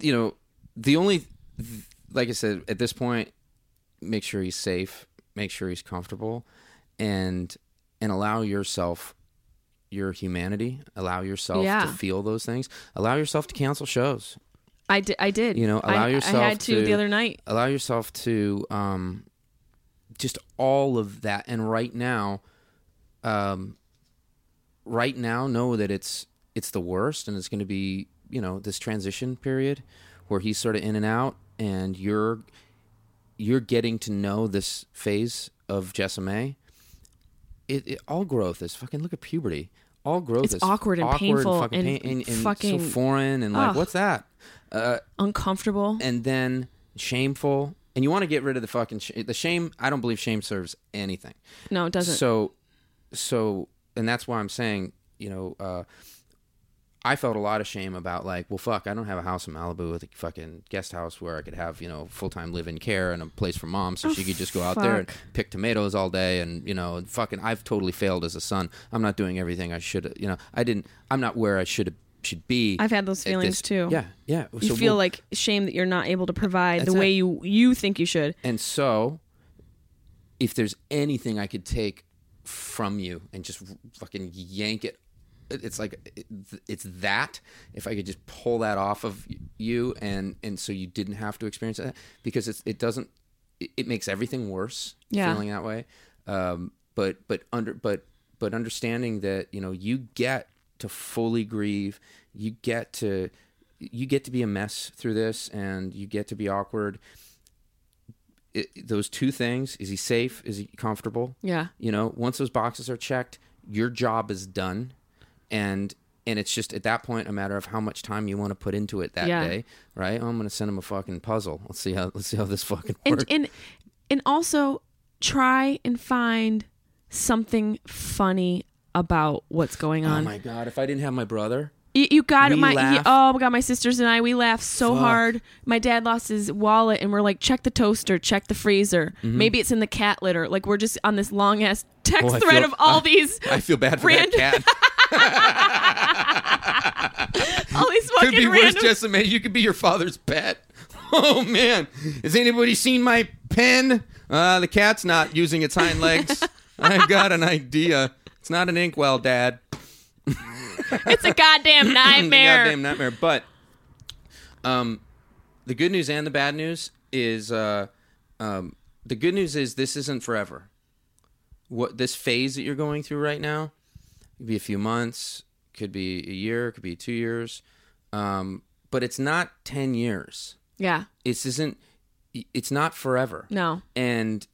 Speaker 3: you know, the only, th- like I said, at this point, make sure he's safe, make sure he's comfortable, and and allow yourself your humanity, allow yourself to
Speaker 1: Yeah.
Speaker 3: feel those things, allow yourself to cancel shows,
Speaker 1: i did i did
Speaker 3: You know,
Speaker 1: I-
Speaker 3: allow
Speaker 1: i
Speaker 3: yourself
Speaker 1: had to,
Speaker 3: to-
Speaker 1: the other night
Speaker 3: allow yourself to um, just all of that. And right now, um, right now, know that it's it's the worst, and it's going to be you know this transition period where he's sort of in and out, and you're you're getting to know this phase of Jessame. It, it all growth is fucking look at puberty. All growth
Speaker 1: It's
Speaker 3: is
Speaker 1: awkward and painful
Speaker 3: fucking
Speaker 1: and
Speaker 3: pain- so
Speaker 1: fucking-
Speaker 3: foreign and like
Speaker 1: Ugh.
Speaker 3: what's that? Uh,
Speaker 1: uncomfortable
Speaker 3: and then shameful and you want to get rid of the fucking sh- the shame i don't believe shame serves anything
Speaker 1: no it doesn't
Speaker 3: so so and that's why i'm saying you know uh i felt a lot of shame about like well fuck i don't have a house in malibu with a fucking guest house where i could have you know full-time live-in care and a place for mom so she could just go out there and
Speaker 1: Oh, fuck.
Speaker 3: pick tomatoes all day and you know and fucking i've totally failed as a son i'm not doing everything i should you know i didn't i'm not where i should should be
Speaker 1: I've had those
Speaker 3: at
Speaker 1: feelings
Speaker 3: this-
Speaker 1: too.
Speaker 3: yeah yeah
Speaker 1: you
Speaker 3: So
Speaker 1: feel
Speaker 3: we'll-
Speaker 1: like shame that you're not able to provide the
Speaker 3: That's
Speaker 1: way
Speaker 3: it.
Speaker 1: you you think you should.
Speaker 3: And so, if there's anything I could take from you and just fucking yank it, it's like it's that. If I could just pull that off of you, and and so you didn't have to experience that because it's it doesn't it, it makes everything worse.
Speaker 1: Yeah.
Speaker 3: feeling that way. Um, but but under but but understanding that you know you get to fully grieve, you get to you get to be a mess through this, and you get to be awkward it, those two things is he safe is he comfortable
Speaker 1: Yeah.
Speaker 3: you know once those boxes are checked your job is done and and it's just at that point a matter of how much time you want to put into it that
Speaker 1: Yeah.
Speaker 3: day, right? Oh, I'm gonna send him a fucking puzzle. Let's see how let's see how this fucking
Speaker 1: and
Speaker 3: works.
Speaker 1: and and also try and find something funny about what's going
Speaker 3: oh
Speaker 1: on.
Speaker 3: my god! If I didn't have my brother,
Speaker 1: You, you got
Speaker 3: We
Speaker 1: my
Speaker 3: laugh.
Speaker 1: oh my god, my sisters and I we laugh so
Speaker 3: Fuck.
Speaker 1: hard. My dad lost his wallet, and we're like, check the toaster, check the freezer. Maybe it's in the cat litter. Like we're just on this long ass text
Speaker 3: Mm-hmm. Oh, I
Speaker 1: thread
Speaker 3: feel-
Speaker 1: of all
Speaker 3: I-
Speaker 1: these
Speaker 3: I feel bad for
Speaker 1: Random- <laughs>
Speaker 3: that cat.
Speaker 1: all these
Speaker 3: Could be
Speaker 1: fucking
Speaker 3: worse,
Speaker 1: random.
Speaker 3: Jessamine. You could be your father's pet. <laughs> Oh man! Has anybody seen my pen? Uh, the cat's not using its
Speaker 1: <laughs>
Speaker 3: hind legs. I've got an idea. It's not an inkwell, Dad.
Speaker 1: <laughs> it's a goddamn nightmare.
Speaker 3: <laughs> The goddamn nightmare. But um, the good news and the bad news is uh, um, the good news is this isn't forever. What this phase that you're going through right now could be a few months, could be a year, could be two years, um, but it's not ten years.
Speaker 1: yeah,
Speaker 3: It's isn't. It's not forever
Speaker 1: no,
Speaker 3: and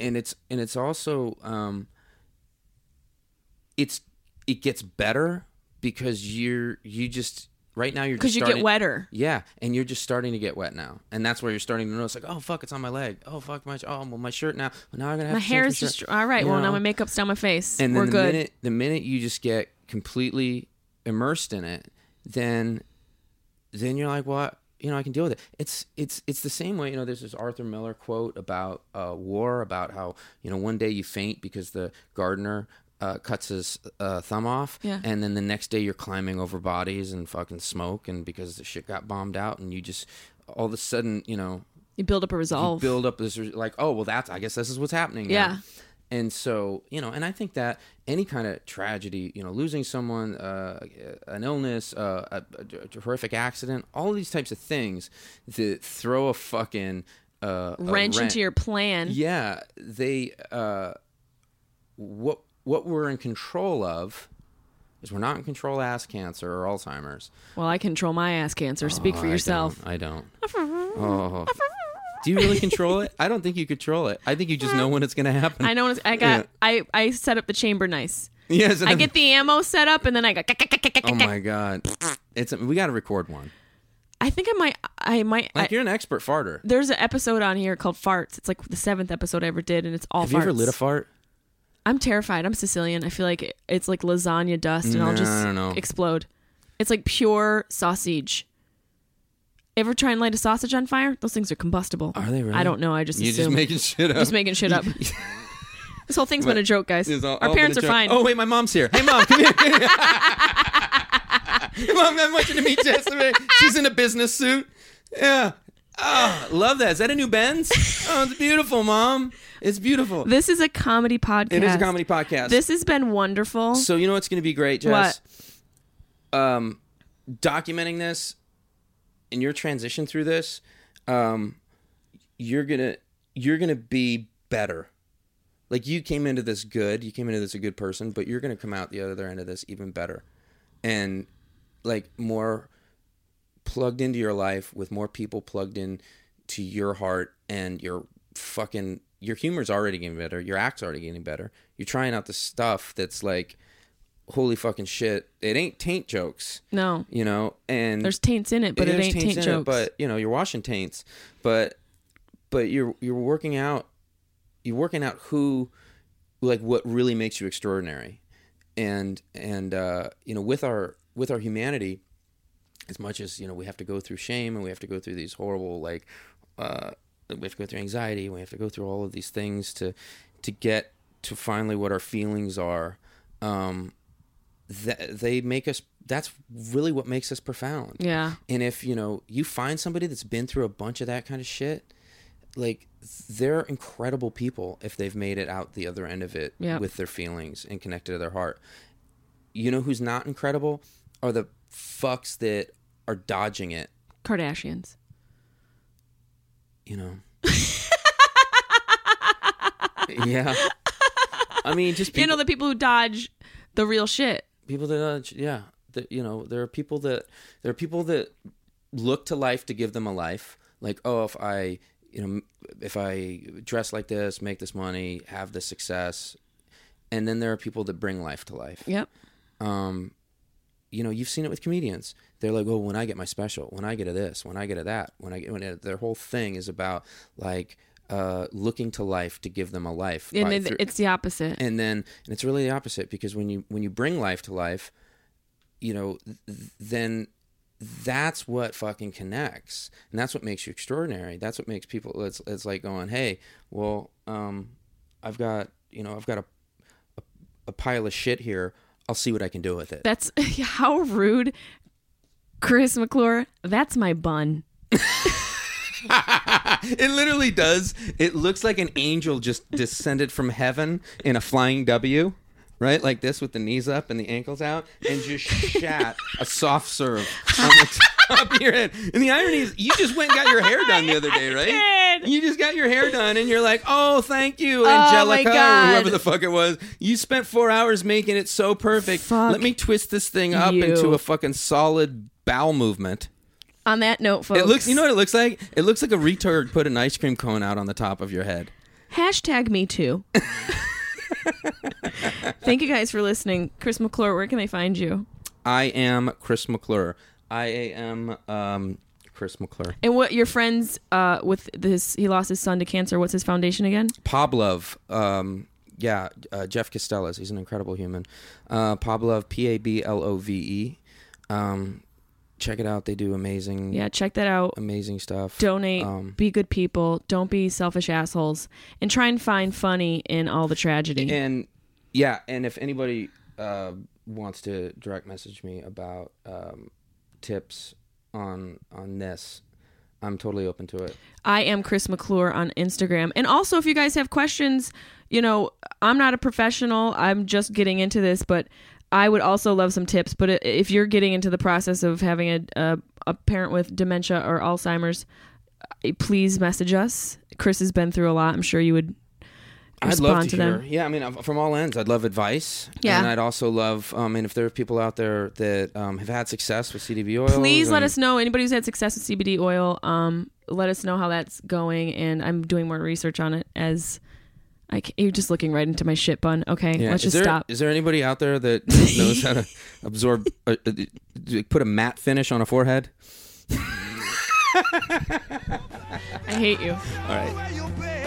Speaker 3: and it's and it's also um it's it gets better because you're you just right now you're
Speaker 1: because
Speaker 3: because
Speaker 1: you get wetter.
Speaker 3: yeah and you're just starting to get wet now and that's where you're starting to notice like oh fuck it's on my leg oh fuck my oh well my shirt now well, now i'm gonna have
Speaker 1: My
Speaker 3: to change
Speaker 1: hair is
Speaker 3: shirt.
Speaker 1: just all right. well,
Speaker 3: You
Speaker 1: now
Speaker 3: know?
Speaker 1: my makeup's down my face.
Speaker 3: and then
Speaker 1: we're
Speaker 3: the
Speaker 1: good.
Speaker 3: minute the minute you just get completely immersed in it then then you're like well I- you know i can deal with it it's it's it's the same way you know there's this arthur miller quote about uh, war about how you know one day you faint because the gardener uh, cuts his uh, thumb off
Speaker 1: Yeah.
Speaker 3: and then the next day you're climbing over bodies and fucking smoke and because the shit got bombed out and you just all of a sudden you know
Speaker 1: you build up a resolve.
Speaker 3: you build up this re- like oh well that's i guess this is what's happening now.
Speaker 1: Yeah.
Speaker 3: and so you know and i think that any kind of tragedy you know losing someone uh, an illness uh, a, a horrific accident all these types of things that throw a fucking uh, a
Speaker 1: wrench into your plan.
Speaker 3: yeah they uh, what what we're in control of is we're not in control of ass cancer or alzheimer's
Speaker 1: Well, I control my ass cancer. Speak for
Speaker 3: Oh, I
Speaker 1: yourself.
Speaker 3: don't. I <laughs> don't. Oh. Do you really control it? I don't think you control it. I think you just know when it's going to happen.
Speaker 1: I
Speaker 3: <laughs>
Speaker 1: know. it's- I got. I I set up the chamber nice.
Speaker 3: Yes.
Speaker 1: I get the ammo set up, and then I go. <laughs>
Speaker 3: Oh my god. It's we got to record one.
Speaker 1: I think I might. I might.
Speaker 3: Like
Speaker 1: I,
Speaker 3: you're an expert farter.
Speaker 1: there's an episode on here called farts. It's like the seventh episode I ever did, and it's all.
Speaker 3: Have you ever
Speaker 1: farts.
Speaker 3: lit a fart?
Speaker 1: I'm terrified. I'm Sicilian. I feel like it- it's like lasagna dust, and I'll
Speaker 3: No,
Speaker 1: just
Speaker 3: I don't know.
Speaker 1: explode. It's like pure sausage. Ever try and light a sausage on fire? Those things are combustible.
Speaker 3: Are they really?
Speaker 1: I don't know. I just
Speaker 3: You're
Speaker 1: assume.
Speaker 3: just making shit
Speaker 1: <laughs>
Speaker 3: up.
Speaker 1: Just making shit up. this whole thing's been a joke, guys.
Speaker 3: <laughs> It's all- all
Speaker 1: Our
Speaker 3: been
Speaker 1: parents
Speaker 3: a
Speaker 1: are
Speaker 3: joke.
Speaker 1: fine.
Speaker 3: Oh wait, my mom's here. Hey
Speaker 1: <laughs>
Speaker 3: mom, come here. <laughs> mom, I'm watching to meet Jessamine. She's in a business suit. Yeah. Oh, love that. Is that a new Benz? Oh, it's beautiful, mom. It's beautiful.
Speaker 1: This is a comedy podcast.
Speaker 3: It is a comedy podcast.
Speaker 1: This has been wonderful.
Speaker 3: So you know what's going to be great, Jess? Um, documenting this and your transition through this, um, you're gonna you're gonna be better. Like you came into this good, you came into this a good person, but you're gonna come out the other end of this even better, and like more plugged into your life with more people plugged in to your heart and your fucking your humor's already getting better your act's already getting better you're trying out the stuff that's like holy fucking shit it ain't taint jokes
Speaker 1: no,
Speaker 3: you know and
Speaker 1: there's taints in it, but it
Speaker 3: there's
Speaker 1: ain't
Speaker 3: taints
Speaker 1: taint
Speaker 3: in it,
Speaker 1: jokes.
Speaker 3: but you know you're washing taints but but you're you're working out you're working out who like what really makes you extraordinary and and uh you know with our with our humanity as much as you know we have to go through shame and we have to go through these horrible like uh we have to go through anxiety and we have to go through all of these things to to get to finally what our feelings are um that they make us that's really what makes us profound
Speaker 1: yeah,
Speaker 3: and if you know you find somebody that's been through a bunch of that kind of shit, like they're incredible people if they've made it out the other end of it
Speaker 1: Yep.
Speaker 3: with their feelings and connected to their heart. You know who's not incredible are the fucks that are dodging it.
Speaker 1: Kardashians.
Speaker 3: You know.
Speaker 1: <laughs>
Speaker 3: yeah. I mean, just people,
Speaker 1: You know the people who dodge the real shit.
Speaker 3: people that dodge. Yeah, that you know, there are people that there are people that look to life to give them a life. Like, oh, if I, you know, if I dress like this, make this money, have this success, and then there are people that bring life to life.
Speaker 1: Yep.
Speaker 3: Um, you know, you've seen it with comedians. They're like, "Well, when I get my special, when I get a this, when I get a that, when I get when it, their whole thing is about like uh, looking to life to give them a life."
Speaker 1: and
Speaker 3: by-
Speaker 1: then
Speaker 3: through-
Speaker 1: it's the opposite.
Speaker 3: and then and it's really the opposite because when you when you bring life to life you know th- th- then that's what fucking connects and that's what makes you extraordinary that's what makes people it's it's like going hey well um i've got you know i've got a a, a pile of shit here i'll see what i can do with it
Speaker 1: That's <laughs> how rude, Chris McClure. That's my bun.
Speaker 3: <laughs> it literally does it looks like an angel just descended from heaven in a flying w right like this with the knees up and the ankles out and just shat a soft serve on the top of your head and the irony is you just went and got your hair done the other
Speaker 1: <laughs>
Speaker 3: day right
Speaker 1: did.
Speaker 3: you just got your hair done and you're like oh thank you
Speaker 1: my
Speaker 3: angelica or
Speaker 1: God.
Speaker 3: whoever the fuck it was you spent four hours making it so perfect
Speaker 1: Fuck
Speaker 3: let me twist this thing up
Speaker 1: you.
Speaker 3: into a fucking solid bowel movement
Speaker 1: On that note, folks,
Speaker 3: it looks. You know what it looks like? It looks like a retard put an ice cream cone out on the top of your head.
Speaker 1: hashtag me
Speaker 3: <laughs>
Speaker 1: too. Thank you guys for listening. Chris McClure, where can they find you?
Speaker 3: I am Chris McClure. I am um, Chris McClure.
Speaker 1: And what your friends uh, with this? He lost his son to cancer. What's his foundation again?
Speaker 3: Pavlov. Um, yeah, uh, Jeff Costellas. He's an incredible human. Uh, Pavlov. P a b l o v e. Um, check it out. They do amazing,
Speaker 1: Yeah, check that out.
Speaker 3: amazing stuff.
Speaker 1: Donate.
Speaker 3: Um,
Speaker 1: be good people. Don't be selfish assholes. And try and find funny in all the tragedy.
Speaker 3: And yeah, and if anybody uh, wants to direct message me about um, tips on on this, I'm totally open to it.
Speaker 1: I am Chris McClure on Instagram. And also, if you guys have questions, you know, I'm not a professional. I'm just getting into this, but I would also love some tips. But i- if you're getting into the process of having a, a, a parent with dementia or Alzheimer's, uh, please message us. Chris has been through a lot. I'm sure you would
Speaker 3: I'd love
Speaker 1: respond
Speaker 3: to,
Speaker 1: to
Speaker 3: hear.
Speaker 1: them.
Speaker 3: Yeah, I mean, from all ends, I'd love advice.
Speaker 1: Yeah.
Speaker 3: and I'd also love. Um, and if there are people out there that um, have had success with CDB oil,
Speaker 1: please let us know anybody who's had success with cbd oil um let us know how that's going and i'm doing more research on it as i ca you're just looking right into my shit bun okay
Speaker 3: Yeah.
Speaker 1: let's
Speaker 3: is
Speaker 1: just
Speaker 3: there,
Speaker 1: stop
Speaker 3: Is there anybody out there that <laughs> knows how to absorb, uh, uh, d- put a matte finish on a forehead?
Speaker 1: i hate you
Speaker 3: All right.
Speaker 2: Where you been?